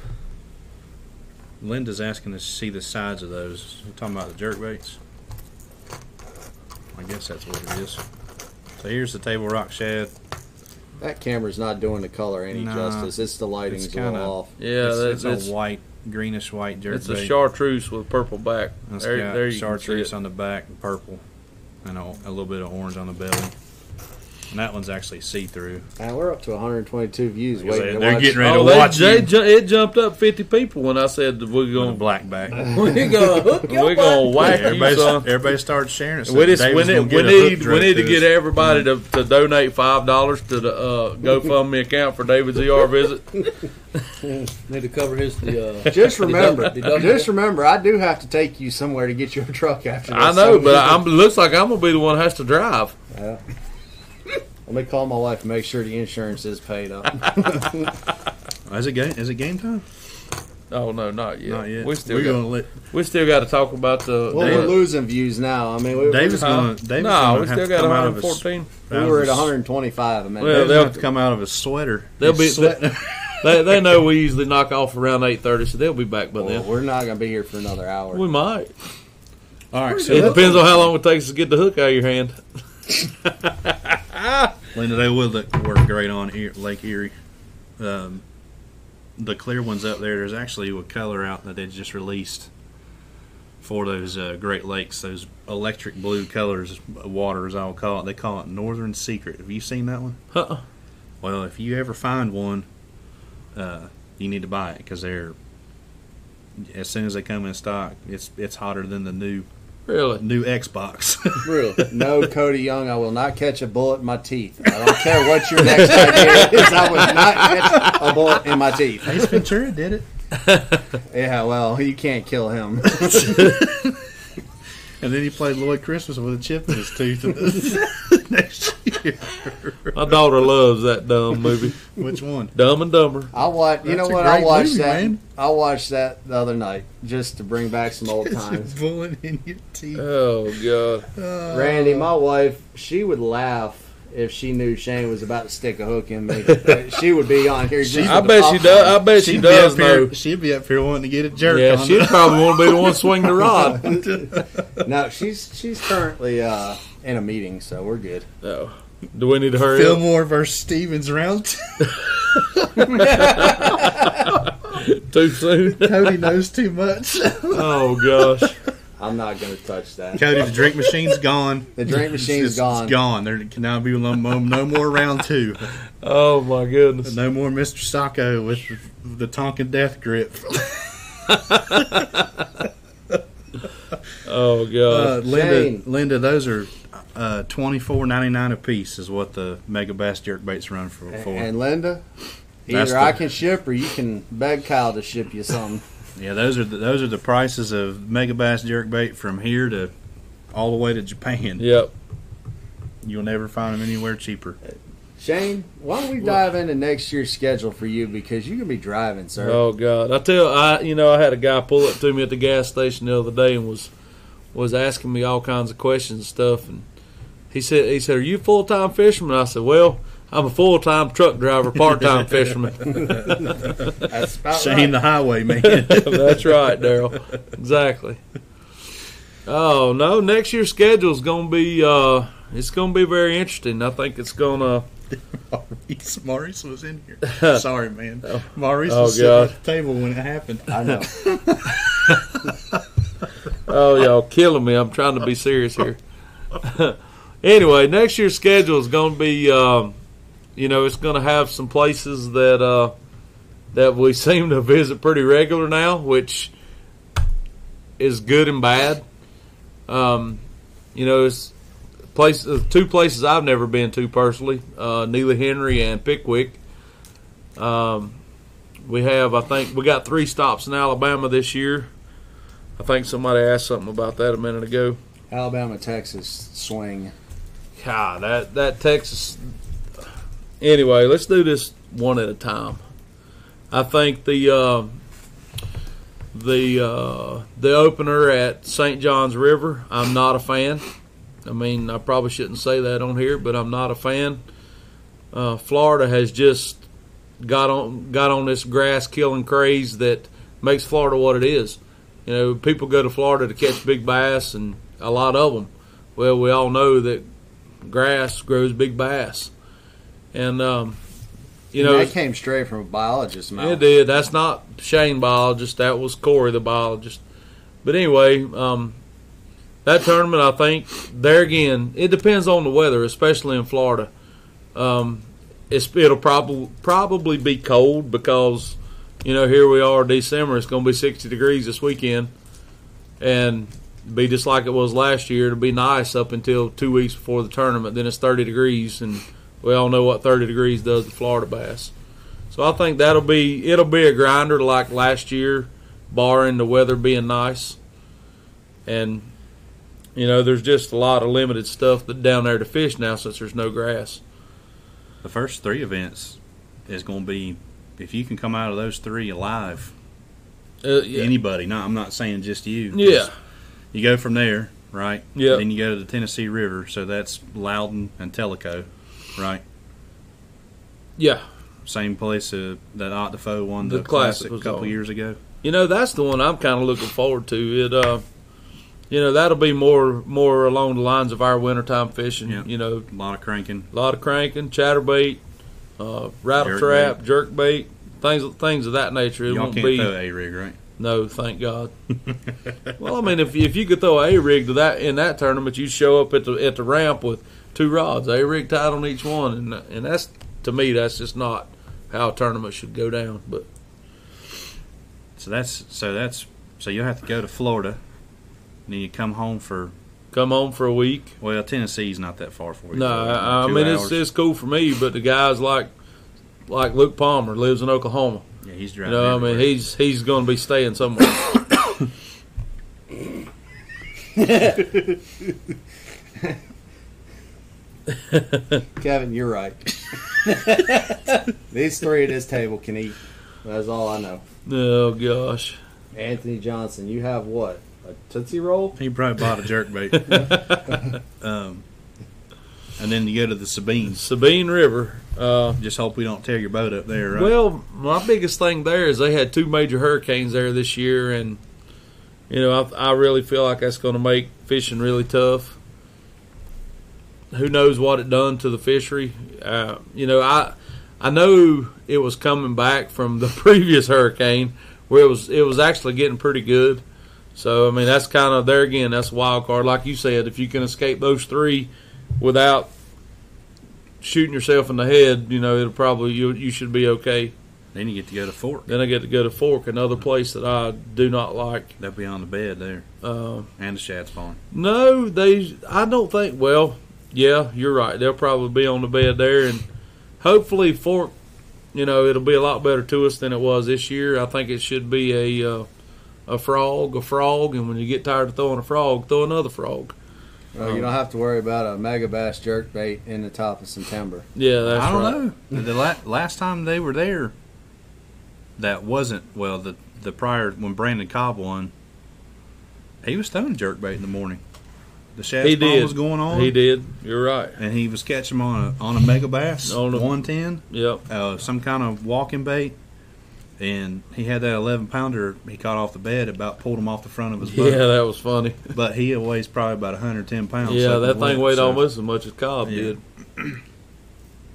Linda's asking to see the sides of those. We're talking about the jerk baits. I guess that's what it is. So here's the table rock shad.
That camera's not doing the color any
Nah,
justice. It's the lighting's
it's
a little
kinda-
off.
Yeah,
it's,
that's
it's
it's,
a white, greenish white jerk
it's a chartreuse with purple back.
It's
There,
got
there you can see
chartreuse
it.
on the back and purple, and a, a little bit of orange on the belly. And that one's actually see through.
Now we're up to 122 views.
Like I
Waiting
said,
to
they're
watch.
getting ready
Oh,
to watch
they,
you
they ju- it jumped up fifty people when I said that we're
on a
going
black back.
We're gonna hook you. We're gonna whack
everybody,
you son.
everybody started sharing it. so
We, just, we,
David's
need,
gonna
we,
get a hook Mm-hmm.
need, we
right
need to
through
get
us.
everybody to, to donate five dollars to the uh, GoFundMe account for David's ER visit.
Need to cover his the. Uh,
Just remember,
Deductible.
just remember, I do have to take you somewhere to get your truck after this.
I know,
So-
but I'm looks like I'm gonna be the one that has to drive.
Yeah. Let me call my wife and make sure the insurance is paid up.
Is it game? Is it game time?
Oh no, not yet.
Not yet.
We still
We're
got,
gonna let
we still got to talk about the.
Well,
the-
we're losing views now. I mean, we,
David's
Huh?
gonna. David's
no,
gonna
we
have
still
to
got
come out of his.
114.
we were at 125 a minute.
Well,
David's
they'll-
gonna have to come out of his sweater.
They'll
He's
be-
sweating.
they, they know we usually knock off around 8:30, so they'll be back by
Well,
then.
we're not going to be here for another hour.
We might.
All right, so
It depends on how long it takes to get the hook out of your hand.
Linda, they would look, work great on E- Lake Erie. Um, the clear ones up there, there's actually a color out that they just released for those uh, Great Lakes, those electric blue colors, water as I'll call it. They call it Northern Secret. Have you seen that one?
Uh-uh.
Well, if you ever find one, uh, you need to buy it because they're as soon as they come in stock, it's it's hotter than the new
Really?
new Xbox.
real.
No, Cody Young, I will not catch a bullet in my teeth. I don't care what your next idea is. I will not catch a bullet in my teeth.
Ace Ventura did it.
Yeah, well, you can't kill him.
And then he played Lloyd Christmas with a chip in his tooth next year.
My daughter loves that dumb movie,
Which one?
Dumb and Dumber.
I watch. You
That's
know
a
what? I
great
watched
movie,
that.
man.
I watched that the other night just to bring back some old times.
Bullet in your teeth. Uh,
Oh god.
Randy, my wife, she would laugh. If she knew Shane was about to stick a hook in me, she would be on here. Just
I
for the
bet she
popcorn.
does. I bet she
She'd be, up
does know.
here, she'd be up here wanting to get a jerk
Yeah,
on
she'd probably want to be the one swinging the rod.
No, she's she's currently uh, in a meeting, so we're good.
No. Do we need to hurry up?
Fillmore versus Stevens round. two.
Too soon?
Cody knows too much.
Oh gosh.
I'm not going to touch that.
Cody, the drink machine's gone.
The drink machine's
It's-
gone.
It's gone. There can now be no, mo- no more round two.
Oh my goodness.
No more Mr. Sacco with the Tonkin death grip.
Oh
Uh,
god.
Linda,
Shane.
Linda, those are uh, twenty four ninety nine a piece is what the mega bass jerk baits run for.
A-
for.
And Linda,
That's
either I
the-
can ship or you can beg Kyle to ship you something.
yeah, those are the, those are the prices of mega bass jerk bait from here to all the way to Japan.
Yep.
You'll never find them anywhere cheaper.
Shane, why don't we dive into next year's schedule for you because you can be driving, sir.
Oh God! I tell I, you know, I had a guy pull up to me at the gas station the other day and was was asking me all kinds of questions and stuff, and He said, "He said, are you a full time fisherman?" I said, "Well, I'm a full time truck driver, part time fisherman."
That's about
Shane the
right.
highway man.
That's right, Daryl. Exactly. Oh no, next year's schedule's going to be uh, it's going to be very interesting. I think it's going to.
Maurice, Maurice was in here. Sorry, man. Maurice
Oh,
was sitting
God.
at the table when it happened.
I know.
Oh, y'all killing me. I'm trying to be serious here. anyway, next year's schedule is going to be, um, you know, it's going to have some places that uh, that we seem to visit pretty regular now, which is good and bad. Um, you know, it's places, two places I've never been to personally, uh, Neely Henry and Pickwick. Um, we have, I think, we got three stops in Alabama this year. I think somebody asked something about that a minute ago.
Alabama, Texas swing.
God, that that Texas. Anyway, let's do this one at a time. I think the uh, the uh, the opener at St. John's River. I'm not a fan. I mean, I probably shouldn't say that on here, but I'm not a fan. Uh, Florida has just got on got on this grass killing craze that makes Florida what it is. You know, people go to Florida to catch big bass, and a lot of them. Well, we all know that grass grows big bass, and um, you know
that came straight from a biologist's mouth.
it did. That's not Shane biologist. That was Corey the biologist. But anyway, um, that tournament, I think there again, it depends on the weather, especially in Florida. Um, it's, it'll probably probably be cold because you know here we are December. It's going to be sixty degrees this weekend, and be just like it was last year. It'll be nice up until two weeks before the tournament. Then it's thirty degrees, and we all know what thirty degrees does to Florida bass. So I think that'll be it'll be a grinder like last year, barring the weather being nice. And you know, there's just a lot of limited stuff that down there to fish now since there's no grass.
The first three events is going to be if you can come out of those three alive.
Uh, yeah,
Anybody? No, I'm not saying just you.
yeah,
You go from there, right?
Yeah.
Then you go to the Tennessee River, so that's Loudon and Tellico, right?
yeah.
Same place uh, that Octafo won the,
The classic
classic,
was
a couple
on.
years ago.
You know, that's the one I'm kind of looking forward to. It, uh, you know, that'll be more more along the lines of our wintertime fishing.
Yeah.
You know,
A lot of cranking.
a lot of cranking, chatterbait, uh, rattle
Jerkbait.
trap, jerkbait, things things of that nature. It
Y'all
won't
can't
be
throw a rig, right?
No, thank God. well, I mean, if if you could throw a rig to that in that tournament, you show up at the at the ramp with two rods, a rig tied on each one, and and that's to me that's just not how a tournament should go down. But
So that's so that's so you'll have to go to Florida, and then you come home for
come home for a week.
well Tennessee's not that far for you.
No, I, I
Two
mean
hours.
it's it's cool for me, but the guys like like Luke Palmer lives in Oklahoma.
yeah he's
You
driving.
know, I
everywhere.
mean he's he's going to be staying somewhere.
Kevin, you're right. These three at this table can eat. That's all I know.
oh gosh.
Anthony Johnson, you have what? A Tootsie Roll?
He probably bought a jerkbait. um, and then you go to the Sabines.
Sabine River. Uh,
Just hope we don't tear your boat up there, right?
Well, my biggest thing there is they had two major hurricanes there this year, and you know I, I really feel like that's going to make fishing really tough. Who knows what it done to the fishery? Uh, you know, I I know it was coming back from the previous hurricane where it was it was actually getting pretty good. So I mean that's kind of there again. That's a wild card, like you said. If you can escape those three without shooting yourself in the head, you know it'll probably you you should be okay.
then you get to go to Fort.
Then I get to go to Fork, another place that I do not like.
They'll be on the bed there,
Uh,
and the shad's falling.
no, they. I don't think. Well, yeah, you're right. They'll probably be on the bed there, and hopefully Fork. You know, it'll be a lot better to us than it was this year. I think it should be a uh, a frog, a frog, and when you get tired of throwing a frog, throw another frog.
Well,
Um,
you don't have to worry about a mega bass jerkbait in the top of September.
Yeah, that's
I don't
right.
know. The la- last time they were there, that wasn't well. The the prior when Brandon Cobb won, he was throwing jerkbait in the morning. the shaft
He
bomb
did.
was going on.
He did. You're right.
And he was catching 'em on a on a mega bass
On a-
110.
Yep.
uh, some kind of walking bait, and he had that 11 pounder he caught off the bed, about pulled him off the front of his boat.
Yeah, that was funny.
But he weighs probably about 110 pounds.
Yeah,
soaking
that thing
wet,
weighed
so
almost as much as Cobb
Yeah.
did.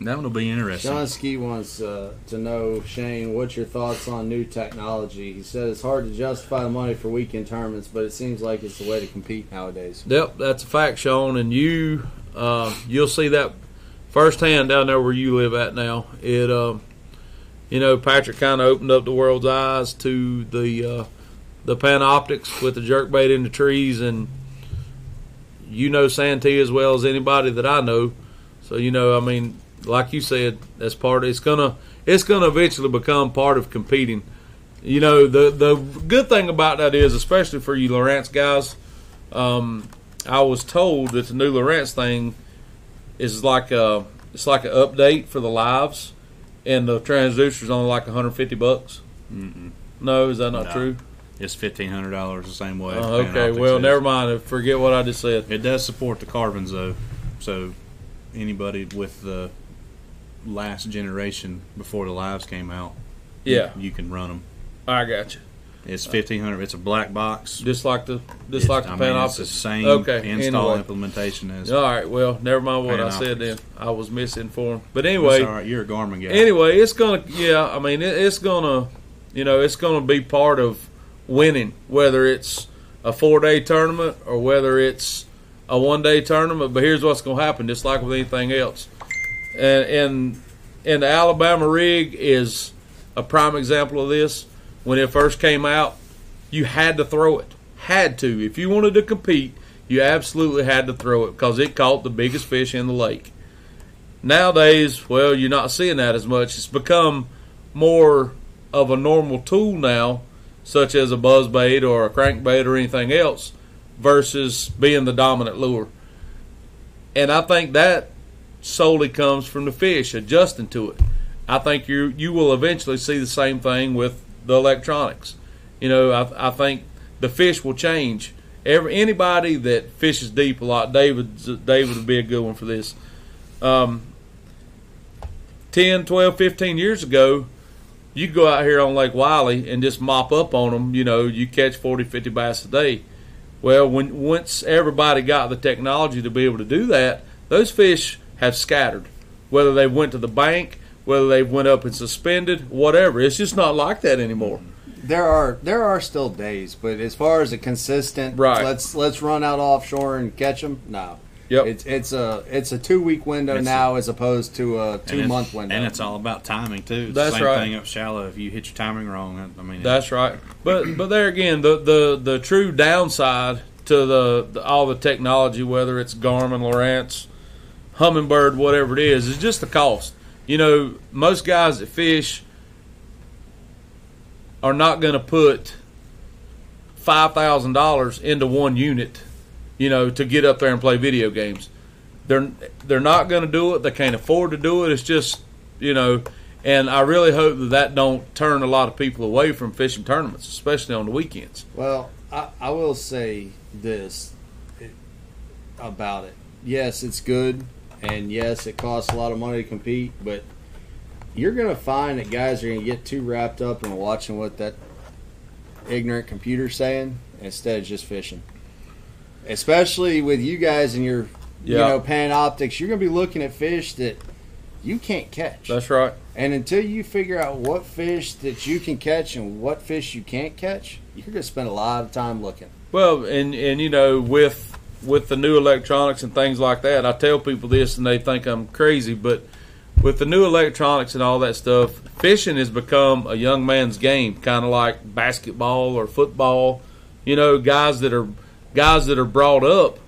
That one will be interesting.
Johnsky wants uh, to know, Shane, what's your thoughts on new technology? He said it's hard to justify the money for weekend tournaments, but it seems like it's the way to compete nowadays.
Yep, that's a fact, Sean. And you, uh, you'll see that firsthand down there where you live at now. It, um, you know, Patrick kind of opened up the world's eyes to the uh, the panoptics with the jerkbait in the trees, and you know Santee as well as anybody that I know. So you know, I mean, like you said, that's part. It's gonna it's gonna eventually become part of competing. You know, the the good thing about that is, especially for you Lawrence guys, um, I was told that the new Lawrence thing is like a it's like an update for the lives, and the transducer's only like 150 bucks.
Mm-mm.
No, is that not
No.
true?
It's $1,500 the same way.
Uh, okay,
Panoptix
well,
is.
never mind. I Forget what I just said.
It does support the carbons, though. So anybody with the last generation before the lives came out,
Yeah,
you can run them.
I got you.
It's 1500 It's a black box.
Just like the just
It's-
like the
I mean, it's the
panoptics.
same
Okay,
install
anyway.
implementation as
All right, well, never mind what I said
Panoptix.
then. I was misinformed. But
It's
anyway,
all right. You're a Garmin guy.
anyway, it's gonna yeah. I mean, it, it's gonna you know it's gonna be part of winning, whether it's a four day tournament or whether it's a one day tournament. But here's what's gonna happen, just like with anything else, and and and the Alabama rig is a prime example of this. When it first came out, you had to throw it, had to. If you wanted to compete, you absolutely had to throw it because it caught the biggest fish in the lake nowadays, well, you're not seeing that as much. It's become more of a normal tool now, such as a buzz bait or a crankbait or anything else, versus being the dominant lure. And I think that solely comes from the fish adjusting to it. I think you you will eventually see the same thing with the electronics. You know, I, I think the fish will change. Every, anybody that fishes deep a lot, David David would be a good one for this um, 10, 12, 15 years ago, you go out here on Lake Wiley and just mop up on them. You know, you catch 40, 50 bass a day. Well, when once everybody got the technology to be able to do that, those fish have scattered. Whether they went to the bank, whether they went up and suspended, whatever. It's just not like that anymore.
There are there are still days, but as far as a consistent,
Right.
Let's let's run out offshore and catch them. No,
Yep.
it's it's a it's a two week window
It's
now as opposed to a
And
two month
it's-
window.
And it's all about timing too. It's
That's
the same
right.
thing up shallow. If you hit your timing wrong, I mean,
That's right. But but there again, the the, the true downside to the, the all the technology, whether it's Garmin, Lowrance, Humminbird, whatever it is, is just the cost. You know, most guys that fish are not going to put five thousand dollars into one unit. You know, to get up there and play video games, they're they're not going to do it. They can't afford to do it. It's just you know and I really hope that that don't turn a lot of people away from fishing tournaments, especially on the weekends.
Well, I, I will say this it- about it. Yes, it's good, and yes, it costs a lot of money to compete, but you're going to find that guys are going to get too wrapped up in watching what that ignorant computer's saying instead of just fishing. Especially with you guys and your, you
Yeah.
know, panoptics, you're going to be looking at fish that you can't catch.
That's right.
And until you figure out what fish that you can catch and what fish you can't catch, you're going to spend a lot of time looking.
Well, and and you know with with the new electronics and things like that, I tell people this and they think I'm crazy, but with the new electronics and all that stuff, fishing has become a young man's game, kind of like basketball or football. You know, guys that are guys that are brought up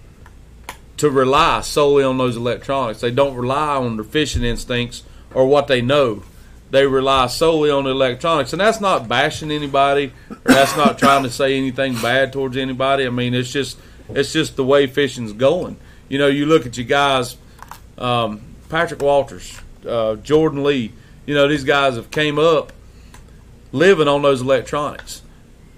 to rely solely on those electronics. They don't rely on their fishing instincts or what they know. They rely solely on the electronics, and that's not bashing anybody, or that's not trying to say anything bad towards anybody. I mean, it's just it's just the way fishing's going. You know, you look at you guys, um, Patrick Walters, uh, Jordan Lee. You know, these guys have came up living on those electronics.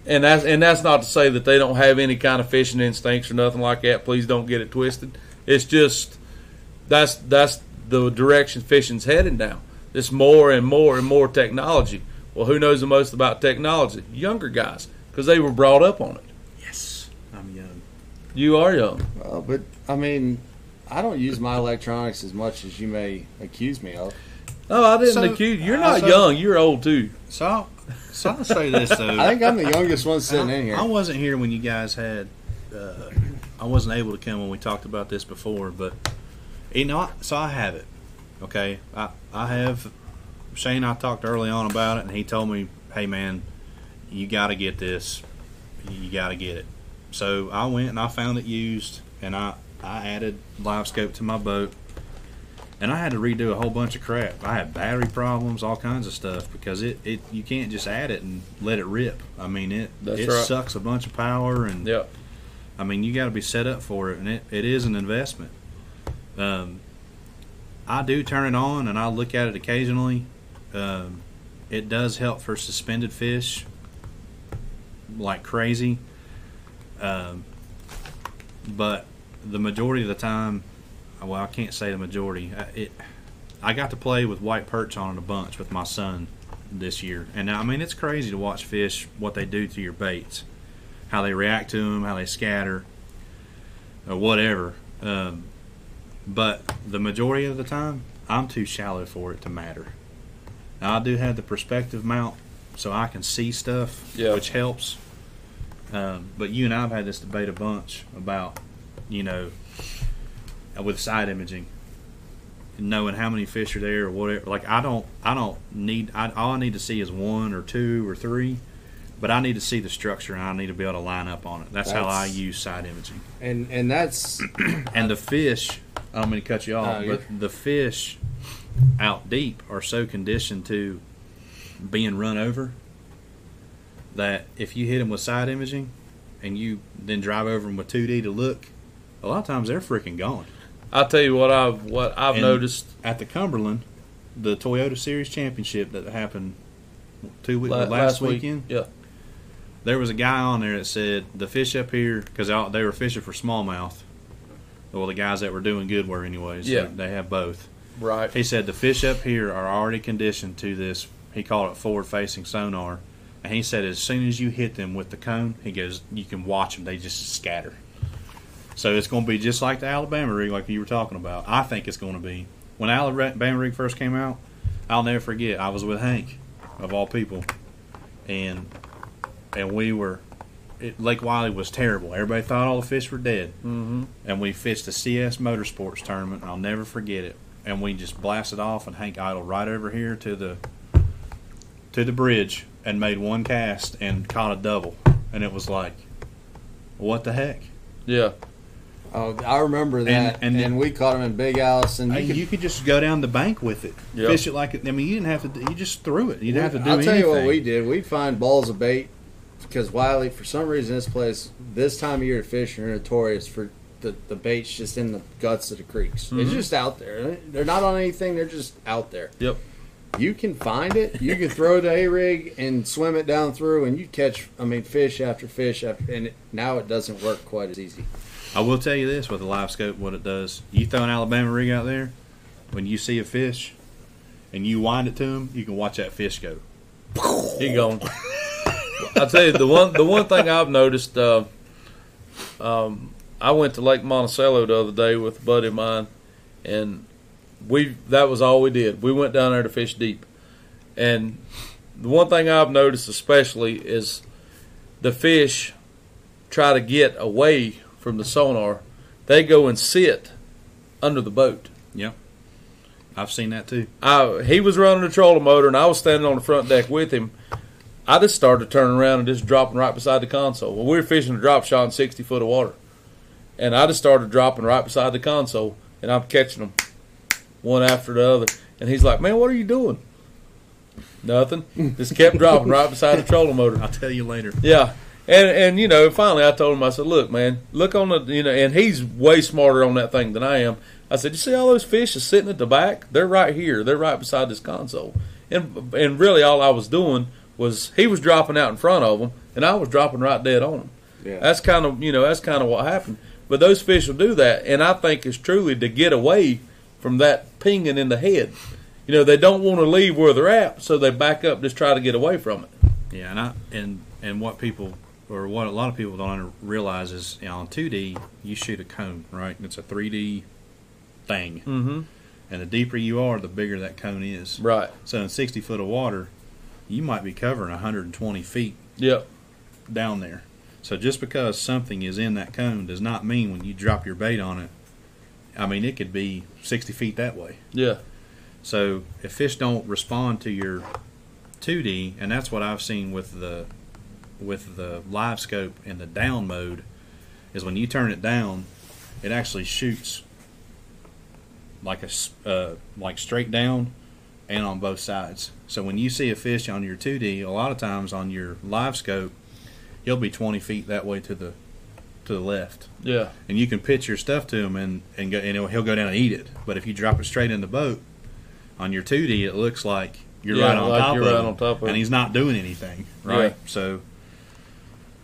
and that's and that's not to say that they don't have any kind of fishing instincts or nothing like that. Please don't get it twisted. It's just that's that's the direction fishing's heading now. It's more and more and more technology. Well, who knows the most about technology? Younger guys, because they were brought up on it.
Yes, I'm young.
You are young.
Uh, but I mean, I don't use my electronics as much as you may accuse me of.
Oh, I didn't
So-
accuse you. You're
uh,
not
so-
young. You're old too.
So, I'll, so I'll say this though.
I think I'm the youngest one sitting
I,
in here.
I wasn't here when you guys had. Uh, I wasn't able to come when we talked about this before, but you know, I, so I have it. Okay, I I have. Shane, and I talked early on about it, and he told me, "Hey, man, you got to get this. You got to get it." So I went and I found it used, and I I added live scope to my boat, and I had to redo a whole bunch of crap. I had battery problems, all kinds of stuff because it, it you can't just add it and let it rip. I mean it
That's
it
right.
sucks a bunch of power and
Yeah.
I mean you got to be set up for it and it, it is an investment. Um, I do turn it on and I look at it occasionally. Um, it does help for suspended fish like crazy. Um, but the majority of the time, Uh, well, I can't say the majority. I- It, I got to play with white perch on it a bunch with my son this year, and I mean it's crazy to watch fish what they do to your baits, how they react to them, how they scatter, or whatever. Um, but the majority of the time, I'm too shallow for it to matter. Now, I do have the perspective mount, so I can see stuff,
Yeah.
which helps. Um, but you and I have had this debate a bunch about, you know, uh, with side imaging, knowing how many fish are there or whatever. Like I don't, I don't need. I, all I need to see is one or two or three, but I need to see the structure and I need to be able to line up on it. That's, how I
That's-
use side imaging.
and and that's
And the fish, I don't mean to cut you off,
No, you're-
but the fish out deep are so conditioned to being run over that if you hit them with side imaging and you then drive over them with 2D to look, a lot of times they're freaking gone.
I'll tell you what I've what I've
And-
noticed
At the Cumberland, the Toyota Series Championship that happened two weeks
la-
last,
last,
weekend,
week. Yeah.
there was a guy on there that said the fish up here because they were fishing for smallmouth. Well, the guys that were doing good were anyways.
Yeah.
they have both.
Right.
He said the fish up here are already conditioned to this. He called it forward facing sonar. And he said as soon as you hit them with the cone, he goes, you can watch them. They just scatter. So it's going to be just like the Alabama rig, like you were talking about. I think it's going to be. When Alabama rig first came out, I'll never forget. I was with Hank, of all people, and and we were. It, Lake Wiley was terrible. Everybody thought all the fish were dead and we fished the CS Motorsports tournament. and I'll never forget it. And we just blasted off, and Hank idled right over here to the to the bridge and made one cast and caught a double. And it was like, what the heck?
Yeah.
oh, I remember that, and,
and-
we caught him in Big House, and
You,
you
could, you could just go down the bank with it,
Yeah.
fish it like it. I mean, you didn't have to. do- You just threw it. You didn't have to do
I'll
anything.
tell you what we did. We'd find balls of bait because Wiley, for some reason, this place this time of year to fish are notorious for the, the bait's just in the guts of the creeks. It's
Mm-hmm.
just out there. They're not on anything. They're just out there.
Yep.
You can find it. You can throw the a rig and swim it down through, and you catch. I mean, fish after fish after. And it- now it doesn't work quite as easy.
I will tell you this with the live scope, what it does. You throw an Alabama rig out there, when you see a fish, and you wind it to him, you can watch that fish go.
He gone. I tell you the one the one thing I've noticed. Uh, um, I went to Lake Monticello the other day with a buddy of mine, and we that was all we did. We went down there to fish deep, and the one thing I've noticed especially is the fish try to get away from the sonar. They go and sit under the boat.
I've seen that too.
I he was running the trolling motor and I was standing on the front deck with him. I just started turning around and just dropping right beside the console. Well, we were fishing a drop shot in sixty foot of water, and I just started dropping right beside the console, and I'm catching them one after the other. And he's like, "Man, what are you doing?" Nothing. Just kept dropping right beside the trolling motor.
I'll tell you later.
Yeah. And and you know, finally I told him, I said, Look, man, look on the you know and he's way smarter on that thing than I am. I said, You see all those fish is sitting at the back? They're right here. They're right beside this console. And and really all I was doing was he was dropping out in front of them, and I was dropping right dead on them.
Yeah.
That's kind of you know that's kind of what happened. But those fish will do that, and I think it's truly to get away from that pinging in the head. You know they don't want to leave where they're at, so they back up just try to get away from it.
Yeah, and I and and what people or what a lot of people don't under- realize is you know, on 2D you shoot a cone, right? It's a 3D thing,
Mm-hmm.
and the deeper you are, the bigger that cone is.
Right.
So in 60 foot of water, you might be covering 120 feet
Yep.
down there. So just because something is in that cone does not mean when you drop your bait on it. I mean, it could be 60 feet that way.
Yeah.
So if fish don't respond to your 2D, and that's what I've seen with the with the live scope and the down mode, is when you turn it down, it actually shoots like a s- uh, like straight down and on both sides. So when you see a fish on your 2D, a lot of times on your live scope, you'll be 20 feet that way to the to the left
Yeah.
and you can pitch your stuff to him and and, go, and he'll- he'll go down and eat it. But if you drop it straight in the boat on your 2D, it looks like you're
Yeah,
right on
like
top
you're
of
right
him,
on top of
and
him.
he's not doing anything, right?
Yeah.
So,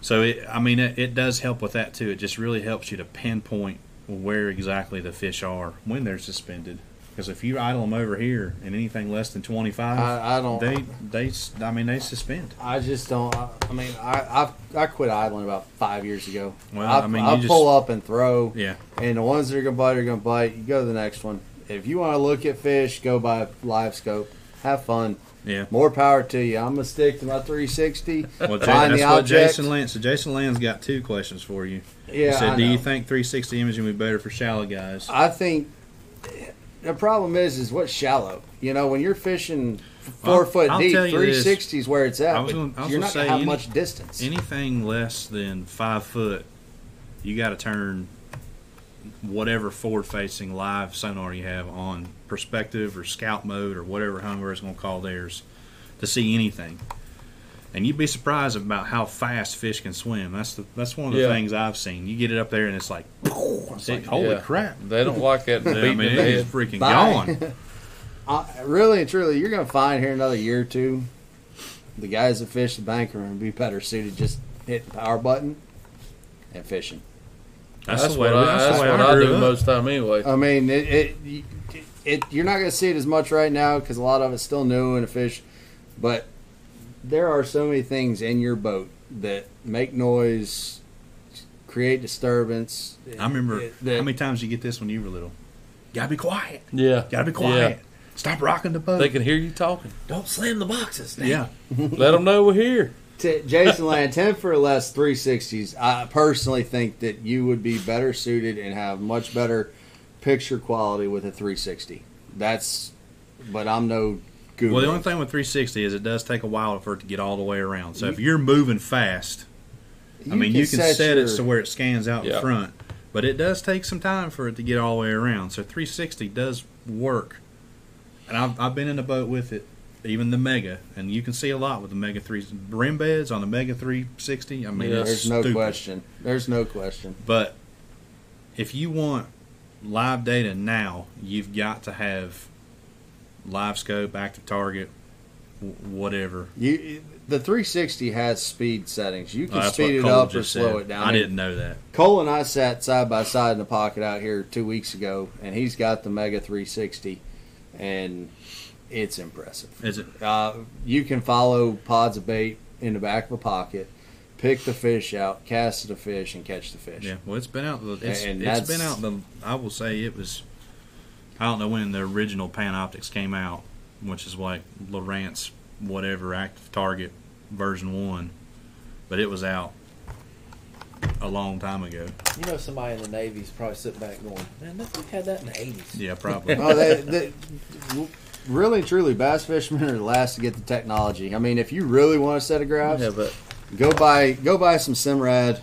so it, I mean, it, it does help with that too. It just really helps you to pinpoint where exactly the fish are when they're suspended. Because if you idle them over here and anything less than 25,
I- I don't-
They they s- I mean they suspend.
I just don't. I, I mean, I, I I quit idling about five years ago.
Well,
I,
I mean,
I
you
pull up and throw,
Yeah,
and the ones that are gonna bite are gonna bite. You go to the next one. If you want to look at fish, go by live scope. Have fun.
yeah.
More power to you. I'm gonna stick to my 360.
Well, Jay,
Find
that's
the
what
object.
Jason Lance. So Jason Land's got two questions for you.
Yeah,
He said,
I
"Do
know.
you think 360 imaging would be better for shallow guys?"
I think the problem is, is what's shallow. You know, when you're fishing
Well,
four foot
I'll
deep,
tell you this.
360 is where it's at.
I was
but
gonna- I was
you're
gonna
not gonna
say
have
any-
much distance.
Anything less than five foot, you got to turn whatever forward-facing live sonar you have on perspective or scout mode or whatever Homer is going to call theirs to see anything. And you'd be surprised about how fast fish can swim. That's the that's one of the
Yeah.
things I've seen. You get it up there and it's like, it's like holy
Yeah.
crap!
They don't like that
Yeah,
beating
I mean,
in the
it is
head.
freaking
Bye.
gone.
Uh, really and truly, you're gonna find here another year or two, the guys that fish the bank are gonna be better suited just hit the power button and fishing.
That's, the way.
what I,
that's
that's
the way
what
I
I
grew
do
up.
most time anyway.
I mean, it, it, it, you're not gonna see it as much right now because a lot of it's still new and a fish, but there are so many things in your boat that make noise, create disturbance.
I remember
It-
how
that-
many times you get this when you were little. Gotta be quiet.
Yeah.
Gotta be quiet. Stop rocking the boat.
They can hear you talking.
Don't slam the boxes. Dang.
yeah.
Let them know we're here.
T- Jason Land, 10 for less 360s. I personally think that you would be better suited and have much better picture quality with a 360. That's, but I'm no guru.
Well, the only thing with 360 is it does take a while for it to get all the way around. So if you're moving fast, I mean, you can set,
your-
it to where it scans out
Yeah.
in front, but it does take some time for it to get all the way around. So 360 does work, and I've, I've been in the boat with it, even the Mega, and you can see a lot with the Mega three rim beds on the Mega 360. I mean,
Yeah.
it's
There's no
stupid.
question. There's no question.
But if you want live data now, you've got to have live scope, active target, w- whatever.
You The 360 has speed settings. You can
Uh,
speed it
Cole
up or
just
slow
said.
it down.
I
mean,
didn't know that.
Cole and I sat side by side in the pocket out here two weeks ago, and he's got the Mega 360, and it's impressive.
Is it?
Uh, you can follow pods of bait in the back of a pocket, pick the fish out, cast the fish, and catch the fish.
Yeah. Well, it's been out. The, it's,
And
it's
that's-
been out. The I will say it was. I don't know when the original Panoptics came out, which is like Lowrance whatever active target version one, but it was out a long time ago.
You know, somebody in the Navy's probably sitting back going, man, look, we had that in the 80s.
Yeah, probably.
Oh, they, they, really, truly, bass fishermen are the last to get the technology. I mean, if you really want to set a graph,
Yeah, but
go buy go buy some Simrad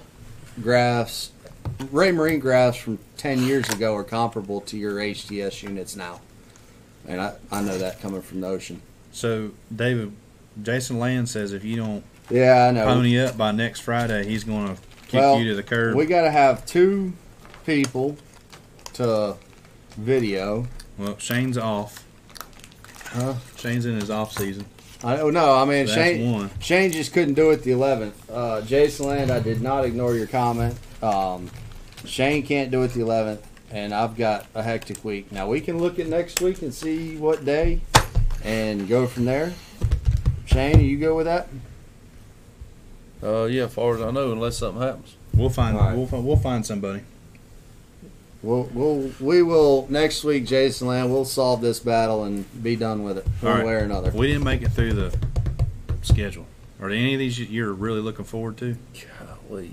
graphs. Raymarine graphs from ten years ago are comparable to your HTS units now, and I, I know that coming from the ocean.
So David, Jason Land says if you don't
Yeah, I know.
pony up by next Friday, he's going to kick
Well,
you to the curb.
We got to have two people to video.
well, Shane's off.
Huh?
Shane's in his off season.
I oh no, I mean
That's
Shane.
one.
Shane just couldn't do it the eleventh. Uh, Jason Land, I did not ignore your comment. Um, Shane can't do it the eleventh, and I've got a hectic week. Now we can look at next week and see what day, and go from there. Shane, you go with that?
Uh, yeah, as far as I know, unless something happens.
We'll find.
All right.
We'll find. We'll find somebody.
We'll, we'll we will next week, Jason Land. We'll solve this battle and be done with it one
All right.
way or another.
If we didn't make it through the schedule, are there any of these you're really looking forward to?
Golly.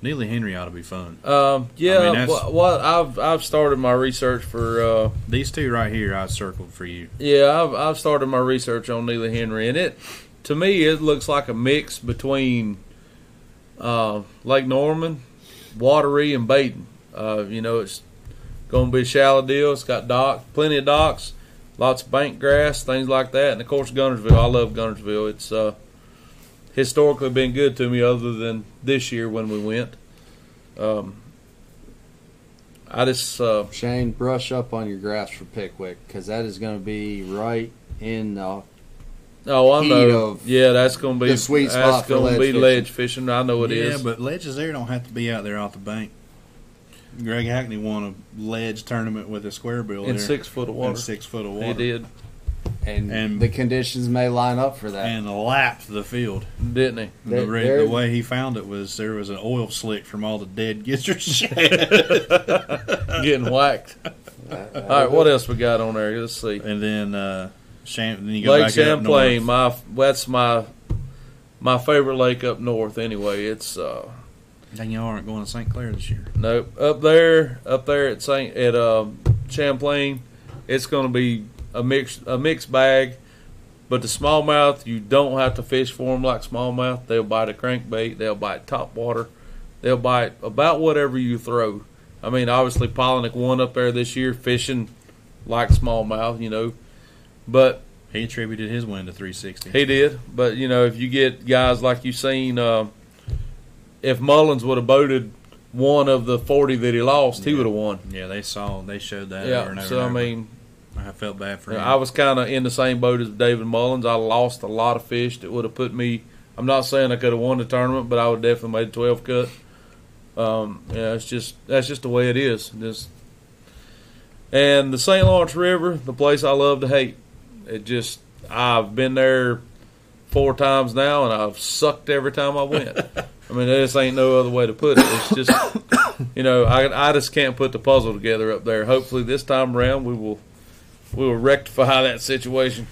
Neely Henry ought to be fun.
Um, yeah,
I mean, that's-
wha- what I've I've started my research for. Uh,
These two right here, I circled for you.
yeah, I've I've started my research on Neely Henry, and it to me it looks like a mix between uh, Lake Norman, Watery, and Baden. Uh, you know, it's going to be a shallow deal. It's got dock, plenty of docks, lots of bank grass, things like that, and of course Gunnersville. I love Gunnersville. It's uh, historically been good to me, other than this year when we went. Um, I just uh,
Shane, brush up on your graphs for Pickwick because that is going to be right in the
Oh, I
heat
know.
of
Yeah, that's going to be
the sweet spot
That's
for
going to
ledge
be
fishing.
ledge fishing. I know it
yeah,
is.
but ledges there don't have to be out there off the bank. Greg Hackney won a ledge tournament with a square bill
in
there
six foot of
in
water,
six foot of water,
he did,
and,
And-
the conditions may line up for that.
and lapped the field.
didn't he?
There-
the, re-
there-
the way he found it was there was an oil slick from all the dead gizzard
Getting whacked.
That- that
All right,
would
what
do it.
else we got on there? Let's see.
and then uh, Sham- then you go
Lake
back up
Champlain.
north.
My that's my my favorite lake up north. Anyway, it's uh
Dang, y'all aren't going to St. Clair this year.
nope up there up there at Saint at um, Champlain. It's going to be a mix a mixed bag. But the smallmouth, you don't have to fish for them like smallmouth. They'll bite a crankbait. They'll bite topwater. They'll bite about whatever you throw. I mean, obviously, Polinick won up there this year fishing like smallmouth, you know. But
He attributed his win to 360.
he did. But, you know, if you get guys like you've seen, uh, if Mullins would have boated one of the 40 that he lost, he
Yeah.
would have won.
yeah, they saw they showed that over and
Yeah.
over.
So, I
and over.
mean,
I felt bad for
You know,
him.
I was kind of in the same boat as David Mullins. I lost a lot of fish that would have put me. I'm not saying I could have won the tournament, but I would definitely made a 12 cut. Um, yeah, it's just that's just the way it is. Just and the St. Lawrence River, the place I love to hate. It just I've been there four times now, and I've sucked every time I went. I mean, there just ain't no other way to put it. It's just you know I I just can't put the puzzle together up there. Hopefully this time around we will we will rectify that situation.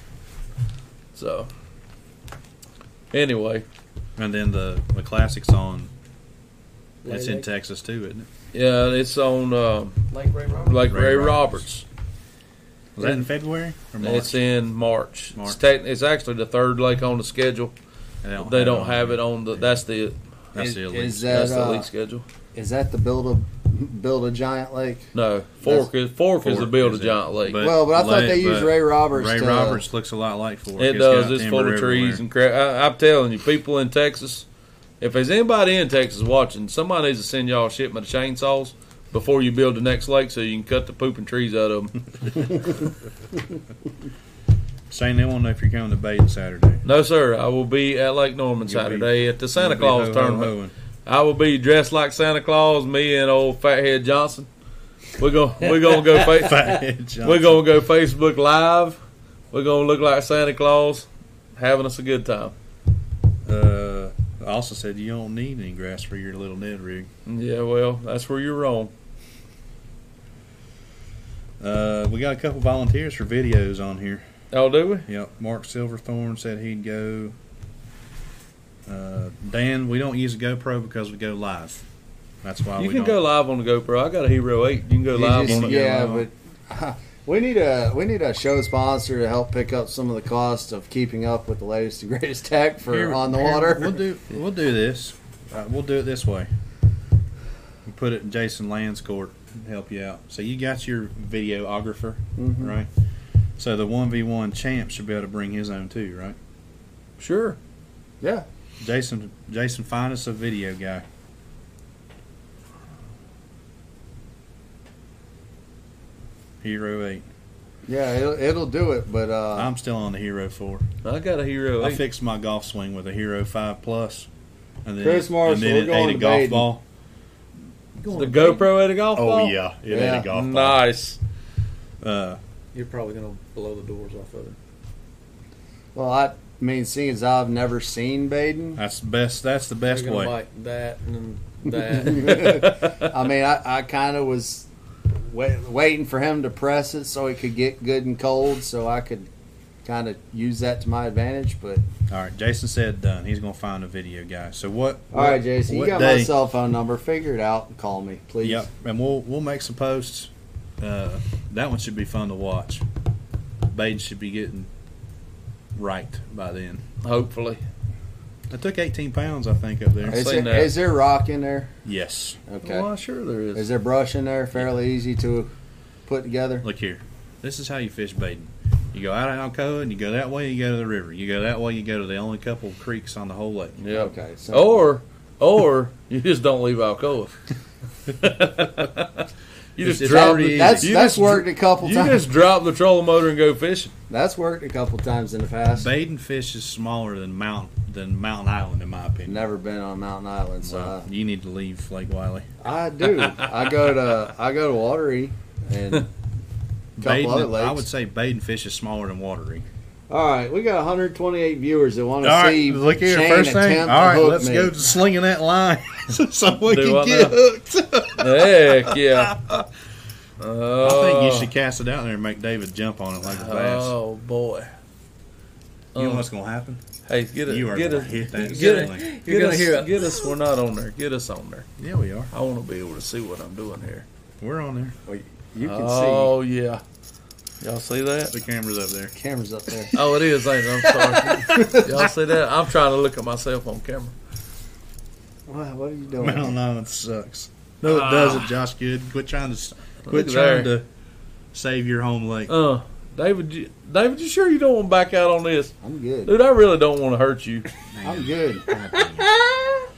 So, anyway,
and then the the classics on.
Yeah,
it's
yeah.
in Texas too, isn't it?
yeah, it's on um
Lake Ray Roberts.
like Ray,
Ray
Roberts.
Was that in February or March?
It's in March. It's,
March. Oh,
tec- it's actually the third lake on the schedule. They don't have it on the. That's the
That's
Is-
the elite.
is that,
that's the
uh,
league schedule.
Is that the build a build a giant lake?
No, Fork is Fork, is the
Fork
build a
is it.
giant lake.
But
well, but I thought
late,
they used
but
Ray Roberts.
Ray
to,
Roberts looks a lot like Fork.
It
It's
does.
got
It's
timber
full of trees
everywhere.
and crap. I, I'm telling you, people in Texas, if there's anybody in Texas watching, somebody needs to send y'all a shipment of chainsaws before you build the next lake so you can cut the pooping trees out of them.
Shane, they won't know if you're coming to Baden Saturday.
no, sir. I will be at Lake Norman
You'll be-
Saturday at the Santa
You'll be
Claus
ho, ho,
tournament.
hoing.
I will be dressed like Santa Claus. Me and old Fathead Johnson. We're gonna we're gonna go fa- we're gonna go Facebook Live. We're gonna look like Santa Claus, having us a good time.
Uh, I also said you don't need any grass for your little Ned rig.
Yeah, well, that's where you're wrong.
Uh, we got a couple volunteers for videos on here.
Oh, do we?
Yep, Mark Silverthorne said he'd go. Uh, Dan, we don't use a GoPro because we go live. That's why
You
we
can
don't.
go live on the GoPro. I got a Hero Eight. You can go
You
live
just-
on it.
yeah,
Go
but we need a we need a show sponsor to help pick up some of the cost of keeping up with the latest and greatest tech for
Here-
on the
here,
water.
We'll do we'll do this. Uh, we'll do it this way. We'll put it in Jason Land's court and help you out. So you got your videographer,
Mhm.
right? So the one v one champ should be able to bring his own too, right?
Sure.
Yeah,
Jason, Jason, find us a video guy. Hero eight.
Yeah, it'll, it'll do it, but uh,
I'm still on the Hero Four.
I got a hero.
I
eight.
fixed my golf swing with a Hero Five Plus, and then
Chris Marshall,
and then
we're
it
going
ate a
to
golf
Baden.
ball.
the GoPro at a golf ball.
Oh yeah, it ate
Yeah.
a golf ball.
nice.
Uh,
You're probably gonna blow the doors off of it.
well, I mean, seeing as I've never seen Baden,
that's the best. That's the best
You're gonna
way.
like that and that.
I mean, I, I kind of was wait, waiting for him to press it so it could get good and cold, so I could kind of use that to my advantage. But
All right, Jason said done. He's gonna find a video guy. So what?
all right, Jason, you
what
got my
day-
cell phone number. Figure it out and call me, please.
Yep, and we'll we'll make some posts. Uh, that one should be fun to watch. Baden should be getting right by then.
Hopefully,
I took 18 pounds, I think, up there.
Is
seen
there,
that.
is there rock in there?
Yes.
Okay.
Well, sure there is.
Is there brush in there? Fairly easy to put together.
Look here. This is how you fish Baden. You go out of Alcoa and you go that way, you go to the river. You go that way, you go to the only couple of creeks on the whole lake.
Yeah.
Okay. So
Oh, Or, or you just don't leave Alcoa. you just
It's
drop.
pretty
the-
easy.
that's
you
that's
just-
worked a couple
You
times.
just drop the trolling motor and go fishing.
that's worked a couple times in the past.
Baden fish is smaller than Mount than Mountain Island, in my opinion.
Never been on Mountain Island, so
Well, you need to leave Lake Wiley.
I, I do. I go to I go to Watery and a couple
Baden,
other
I
lakes.
would say Baden fish is smaller than Watery.
All right, we got 128 viewers that want to
All
see
right, look here.
Shane
First
attempt
thing, all
to
right,
hook
let's
me.
go to slinging that line so we
Do
can
what
get
now?
hooked.
Heck yeah.
I
Oh,
think you should cast it out there and make David jump on it like a bass.
Oh boy.
you know what's gonna happen?
Hey, get it.
you are
get
gonna
us.
hit that.
Get it.
ceiling.
Get
gonna
us,
hear it.
Get us. We're not on there. Get us on there.
Yeah, we are.
I want to be able to see what I'm doing here.
We're on there.
You can
Uh,
oh yeah. Y'all see that?
The camera's up there.
see cameras up there.
Oh, it is. Ain't it? I'm sorry. Y'all see that? I'm trying to look at myself on camera.
Wow, what are you doing?
Mountain Island sucks. No, it doesn't, Josh. Good. Quit trying to s- quit
Look
trying
there.
to save your home lake.
Uh, David, you, David, you sure you don't want to back out on this,
I'm good.
dude? I really don't want to hurt you.
I'm good.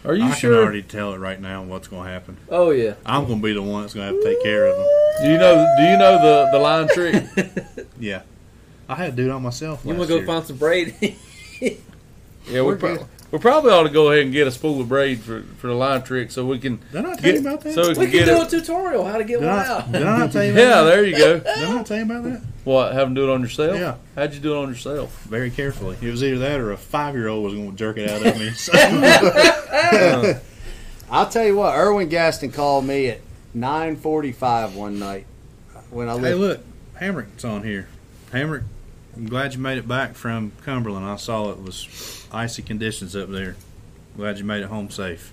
Are you
I
sure?
can already tell it right now what's gonna happen.
oh yeah.
I'm gonna be the one that's gonna have to take care of them.
do you know? Do you know the the line trick?
Yeah, I had to do it on myself.
You
Last
wanna go
year.
find some braid?
Yeah, we
We're
pro-
good.
we probably ought to go ahead and get a spool of braid for for the line trick so we can
Did I tell you
get
about that?
so we
we
can
can
get
do a
it.
tutorial how to get
did,
one
I,
out.
did I not tell you? About
Yeah,
that?
there you go.
Did I not tell you about that?
What? Have them do it on yourself?
Yeah.
How'd you do it on yourself?
Very carefully. It was either that or a five-year-old was gonna jerk it out of me. So-
I'll tell you what. Erwin Gaston called me at 9:45 one night when I lived.
Hey, look, Hamrick's on here. Hamrick, I'm glad you made it back from Cumberland. I saw it was icy conditions up there. Glad you made it home safe.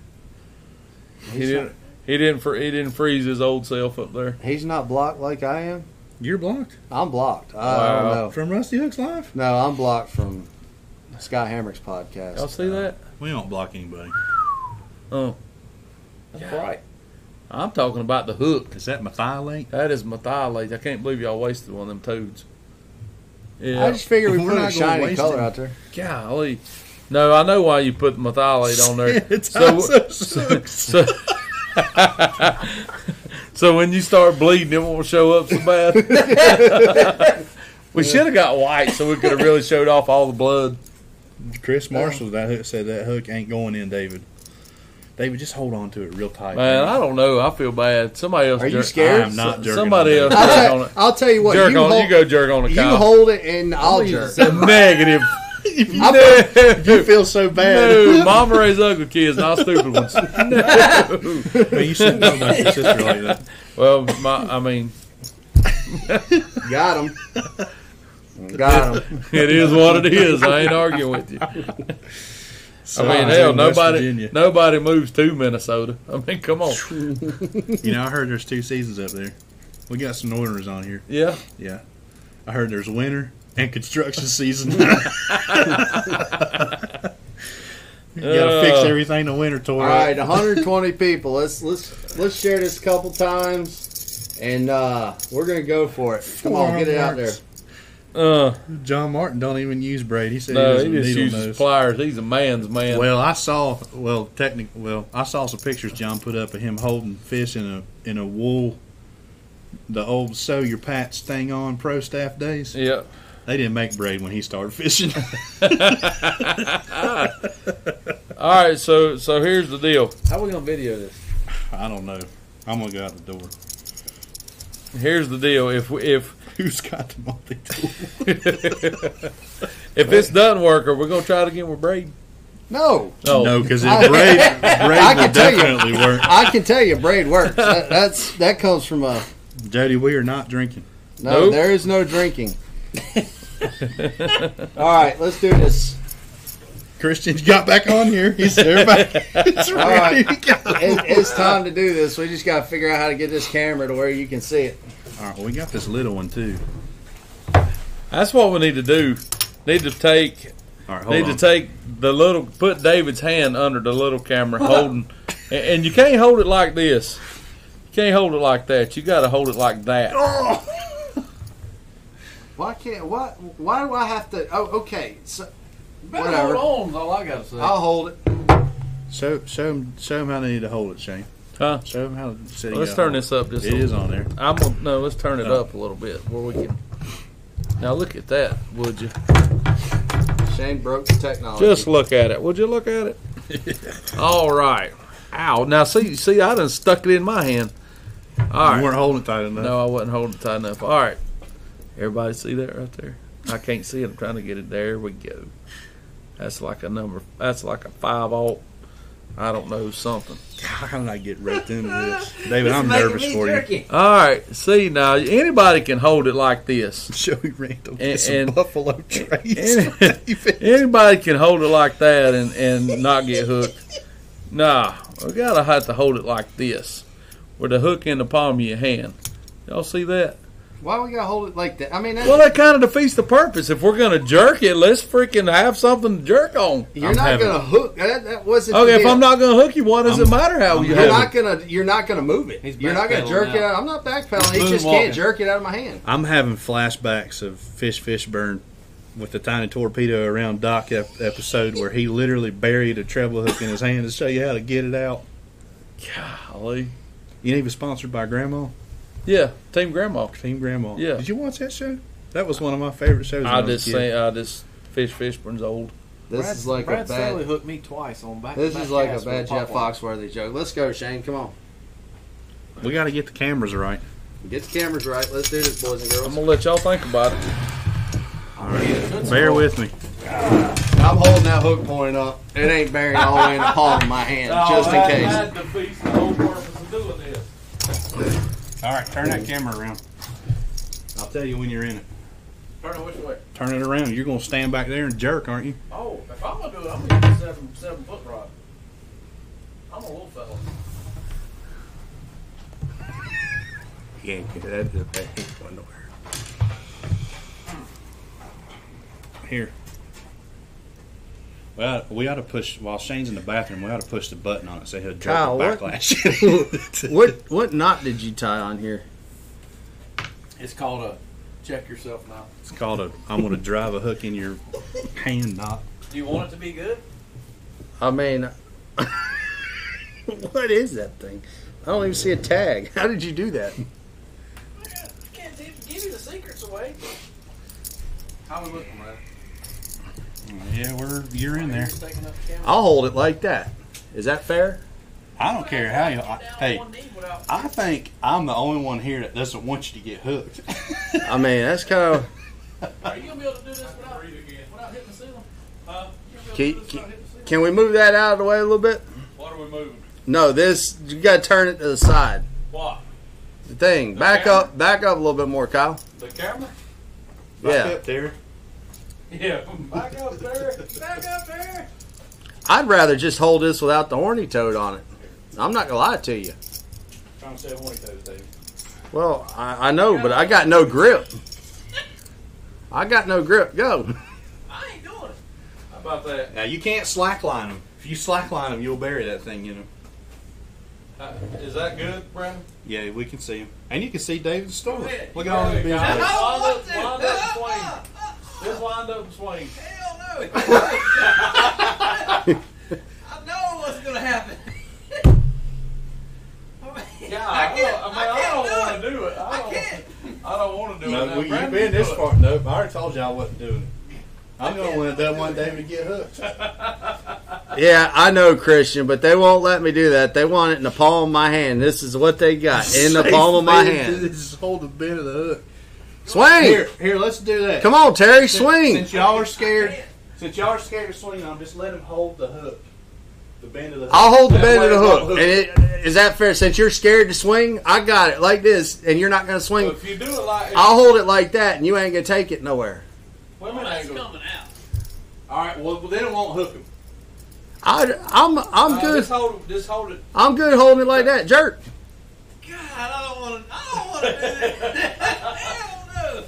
He didn't. He didn't. Fr- he didn't freeze his old self up there.
He's not blocked like I am.
You're blocked
I'm blocked. I
Wow.
don't
Oh.
know.
from Rusty Hooks Live.
No, I'm blocked from Scott Hamrick's podcast.
Y'all see that?
We don't block anybody.
Oh,
That's right.
I'm talking about the hook.
Is that my thigh lake?
That is my thigh lace. I can't believe y'all wasted one of them toads. Yeah.
I just figured we
We're
put
not
a
gonna
shiny
waste
color
it.
out there.
Golly. No, I know why you put methylate on there.
It's
so,
also sucks.
so, so when you start bleeding, it won't show up so bad. we should have got white so we could have really showed off all the blood.
Chris Marshall that hook said that hook ain't going in, David. David, just hold on to it real tight.
Man, I don't know. I feel bad. Somebody else.
Are you
jerk-
scared?
I'm not jerking
Somebody
on
else
that.
I'll,
jerk
tell-
on it.
I'll tell you what.
jerk
you
on it.
hold,
You go jerk on it,
you
Kyle.
hold it, and I'll jerk.
Negative.
I'll put-
you feel so bad.
No, Mama raised ugly kids, not stupid ones.
Man, you shouldn't know about your sister like that.
Well, my, I mean,
Got him. Got him.
it is what it is. I ain't arguing with you. I mean, hell,
West
nobody
Virginia.
nobody moves to Minnesota. I mean, come on.
You know, I heard there's two seasons up there. We got some Northerners on here.
Yeah.
Yeah. I heard there's winter and construction season. you gotta fix
Uh.
everything the winter
All
tore.
right,
up.
120 people. Let's let's let's share this a couple times, and uh, we're gonna go for it. Come on, get it out there.
Uh,
John Martin don't even use braid. He said
no, he
he doesn't
just
needle
uses
nose.
pliers. He's a man's man.
Well, I saw well technic well I saw some pictures John put up of him holding fish in a in a wool the old sew your pats thing on pro staff days.
Yeah.
They didn't make braid when he started fishing.
All right. So so here's the deal.
How we gonna video this?
I don't know. I'm gonna go out the door.
Here's the deal. If we- if
Who's got the multi tool?
if this doesn't work, are we gonna try it again with braid?
No,
Oh.
No, because braid braid
I
will
can tell you.
definitely work.
I can tell you, braid works. That, that's that comes from a
Jody, we are not drinking.
no.
Nope.
There is no drinking. All right, let's do this.
Christian got back on here. He's everybody. It's
All right.
ready to go.
It, it's time to do this. We just got to figure out how to get this camera to where you can see it.
All right, well, we got this little one too.
That's what we need to do. Need to take
All right,
need
hold
to
on.
take the little put David's hand under the little camera holding, and, and you can't hold it like this. You can't hold it like that. You got to hold it like that.
Oh!
Why can't? Why? Why do I have to? Oh, okay. So
Better
Whatever.
hold on. is all I gotta say.
I'll hold it.
show show him show him how they need to hold it, Shane.
Huh?
Show him how. to set it
Let's
up.
turn this up just.
It
a
is on there.
I'm gonna, no. Let's turn it
No.
up a little bit where we can. Now look at that, would you?
Shane broke the technology.
Just look at it. Would you look at it? All right. Ow. Now see, see, I done stuck it in my hand. All
You
right.
weren't holding it tight enough.
No, I wasn't holding tight enough. All right. Everybody see that right there? I can't see it. I'm trying to get it. There we go. That's like a number. That's like a five alt. I don't know something.
How did I get wrecked into this, David? I'm nervous for you.
All right. See now, anybody can hold it like this.
Joey Randall
And-
and, some
and-
buffalo trays.
and- Anybody can hold it like that and, and not get hooked. Nah, we gotta have to hold it like this, with the hook in the palm of your hand. Y'all see that?
Why we gotta hold it like that? I mean, that,
Well, that kind of defeats the purpose. If we're gonna jerk it, let's freaking have something to jerk on.
you're
I'm
not
having-
gonna hook. That, that wasn't. the
Okay, if
deal.
I'm not gonna hook you, why does
I'm-
it matter how you
You're
hook?
not gonna. You're not gonna move it.
He's
you're not gonna
backpedaling
jerk it.
now.
out. I'm not backpedaling. He
He's
just can't
moonwalking.
jerk it out of my hand.
I'm having flashbacks of Fish Fish Burn with the tiny torpedo around Doc ep- episode where he literally buried a treble hook in his hand to show you how to get it out.
Golly.
You know, he was sponsored by Grandma,
Yeah, Team Grandma.
Team Grandma.
Yeah.
Did you watch that show? That was one of my favorite shows. when
I
was a
just
kid.
say, I just fish Fishburne's old.
This
Brad-
is like
Brad
a bad.
Staley hooked me twice on back.
This
back
is like
ass
a
with
bad Jeff
popcorn.
Foxworthy joke. Let's go, Shane. Come on.
we got to get the cameras right.
Get the cameras right. Let's do this, boys and
I'm
girls.
gonna let y'all think about it.
All right, bear with me.
I'm holding that hook point up. It ain't buried all the way in the palm of my hand,
Oh,
just in case.
defeats the whole purpose of doing this.
All right, turn that camera around. I'll tell you when you're in it.
Turn it which way?
Turn it around. You're gonna stand back there and jerk, aren't you?
Oh, if I'm gonna do it, I'm gonna use a seven seven foot rod. I'm a little fella.
Yeah, that, that ain't going nowhere. Here. Well, we ought to push while Shane's in the bathroom. We ought to push the button on it so he'll jerk
Kyle,
the
what-
backlash.
what what knot did you tie on here?
It's called a check yourself now.
it's called a. I'm gonna drive a hook in your hand knot.
Do you want it to be good?
I mean, what is that thing? I don't even see a tag. How did you do that?
can't give you the secrets away. How we looking, man?
Yeah, we're you're in there.
Taking up the camera.
I'll hold it like that. Is that fair?
I don't care how you. I,
Down on
hey,
one knee without-
I think I'm the only one here that doesn't want you to get hooked.
I mean, that's kind of.
Are you gonna be able to do this without, without hitting the ceiling?
Can, can, can we move that out of the way a little bit?
What are we moving?
No, this you got to turn it to the side.
What?
The thing back up, back up a little bit more, Kyle.
The camera?
Yeah.
up there.
Yeah. Back up there. Back up there.
I'd rather just hold this without the horny toad on it. I'm not gonna lie to you.
Trying to say one of those, David.
Well, I, I know, but I got no grip. I got no grip. Go.
I ain't doing it.
How about that?
Now you can't slackline them. If you slackline them, you'll bury that thing in them.
Uh, is that good, Brandon?
Yeah, we can see him, and you can see David's store.
ahead.
Look at all them
Go
big
ahead,
ones.
guys. Wind up, wind up and swing. Just wind up and swing.
Hell no. I know what's gonna happen. I mean,
Yeah,
I
I,
can't-
don't, I, mean,
I
I,
can't do
don't want to do it. I
I
don't,
can't.
I don't want to do it.
No,
Now,
we, you've
Brandon
been
can
this
do it.
far. Nope, I already told you I wasn't doing it. I'm going to win that one day to get hooked.
Yeah, I know, Christian, but they won't let me do that. They want it in the palm of my hand. This is what they got in the palm of my hand.
Just hold the bend of the hook.
Swing!
Here, here, let's do that.
Come on, Terry,
Since-
swing!
Since y'all are scared, since y'all are scared of swinging, I'm just let him hold the hook, the bend of the hook.
I'll hold the
That
bend
way
of the
it won't
hook. And it, is that fair? Since you're scared to swing, I got it like this, and you're not going to
So
swing.
if you do it like,
I'll hold it like that, and you ain't going to take it nowhere.
women
That's
ain't gonna-
coming out.
All right, well then it won't hook him.
I, am I'm
Uh,
good.
Just hold, just hold it.
I'm good holding it like that. Jerk.
God, I don't want to. I don't want to do that. Hell no.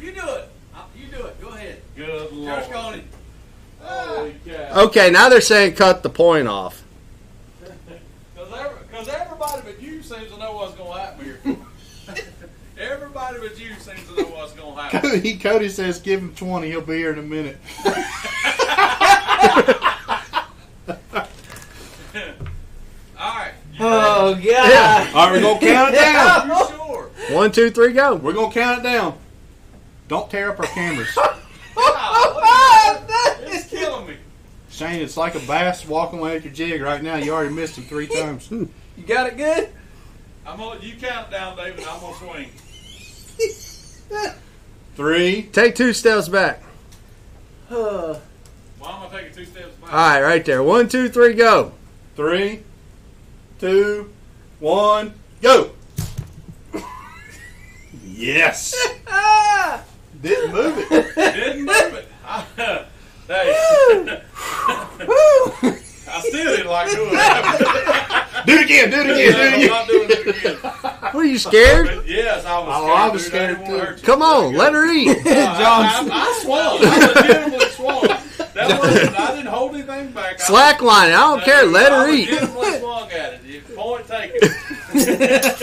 You do it.
Uh, You do it. Go ahead.
Good lord.
Josh Coney.
Holy cow.
Okay, now they're saying cut the point off.
Because everybody but you seems to know what's going to happen here. everybody but you seems to know what's going to happen.
Cody, Cody says, "Give him twenty. He'll be here in a minute."
All right. You,
Oh God!
Yeah.
All right, we're gonna count it down.
you sure?
One, two, three, go.
We're gonna count it down. Don't tear up our cameras,
It's killing me.
Shane. It's like a bass walking away at your jig right now. You already missed him three times.
You got it good.
I'm gonna, you count down, David. I'm going to swing.
Three.
Take two steps back.
Uh,
Well, I'm going to take it two steps back.
All right, right there. One, two, three, go.
Three, two, one, go. yes. Didn't move it.
Didn't do it. I, hey. I still didn't like doing it.
Do it again. Do it again. Do it
I'm
again.
not doing it again.
What are you scared?
But yes, I was
Oh,
scared.
I was scared
dude. I didn't wanna
too.
hurt you.
Come on, let her eat.
I, I swung. I legitimately swung. That wasn't, I didn't hold anything back.
Slack line. I don't care. Let her
I
eat.
legitimately swung at it. If Point taken.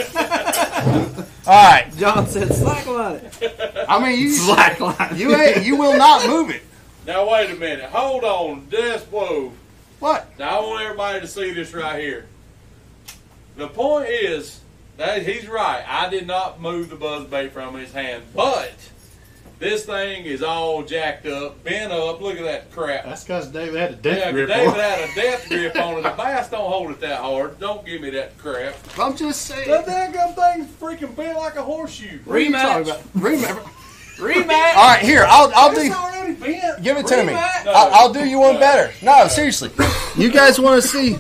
All right.
John said, "Slack on it."
I mean, you
Slack line.
you ain't, you will not move it.
Now wait a minute. Hold on. This whoa.
What?
Now I want everybody to see this right here. The point is that he's right. I did not move the buzz bait from his hand, but this thing is all jacked up, bent up. Look at that crap.
That's because David had a death
Yeah,
grip.
David
on. it.
had a death grip on it. The bass don't hold it that hard. Don't give me that crap.
I'm just saying.
That damn thing's freaking bent like a horseshoe.
What are you talking about? Remember?
Rematch.
All right, here. I'll I'll
It's
do.
already bent.
Give it to me.
No.
I'll, I'll do you one better. No, seriously. You guys want to see?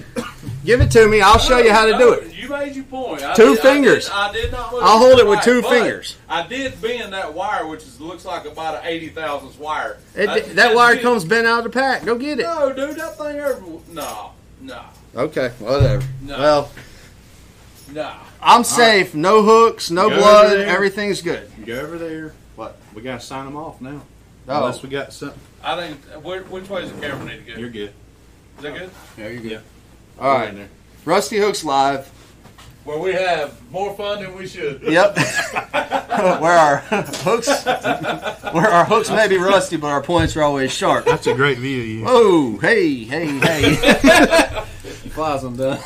Give it to me. I'll show you how to do
No,
it.
You made your point. I
Two
did- I
fingers.
did- I did, not. look
I'll
at
hold
the
it with
right,
two
but
fingers.
I did bend that wire, which is, looks like about an eighty thousandths wire. I-
it that wire
did-
comes bent out of the pack. Go get it.
No, dude, that thing ever. No, no,
Okay, whatever.
No.
Well,
no.
I'm safe. No hooks. No
Go
blood.
over there.
Everything's good.
Go over there. What? We gotta sign them off now.
Oh.
Unless we got something.
I think. Which, which way does the camera need to go?
You're good.
Is that good?
There you go.
Yeah.
Oh, All
Go in
right.
there.
Rusty Hooks live.
Where we have more fun than we should.
Yep. where our hooks, where our hooks may be rusty, but our points are always sharp.
That's a great view. of You.
Oh, hey, hey, hey.
Flies them done.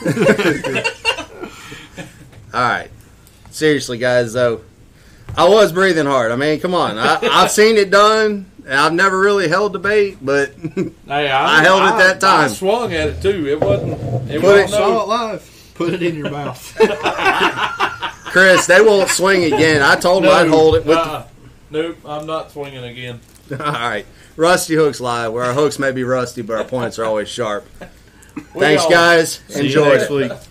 All right. Seriously, guys, though, I was breathing hard. I mean, come on. I, I've seen it done. and I've never really held the bait, but
Hey,
I held it that
I
time.
swung at it too. It wasn't. It
Put it-
wasn't
Saw
no,
it live. Put it in your mouth.
Chris, they won't swing again. I told them I'd
No.
hold it with.
Uh, nope, I'm not swinging again.
the- All right. Rusty Hooks Live, where our hooks may be rusty, but our points are always sharp. Thanks,
all-
guys.
See you
Enjoy.
next week.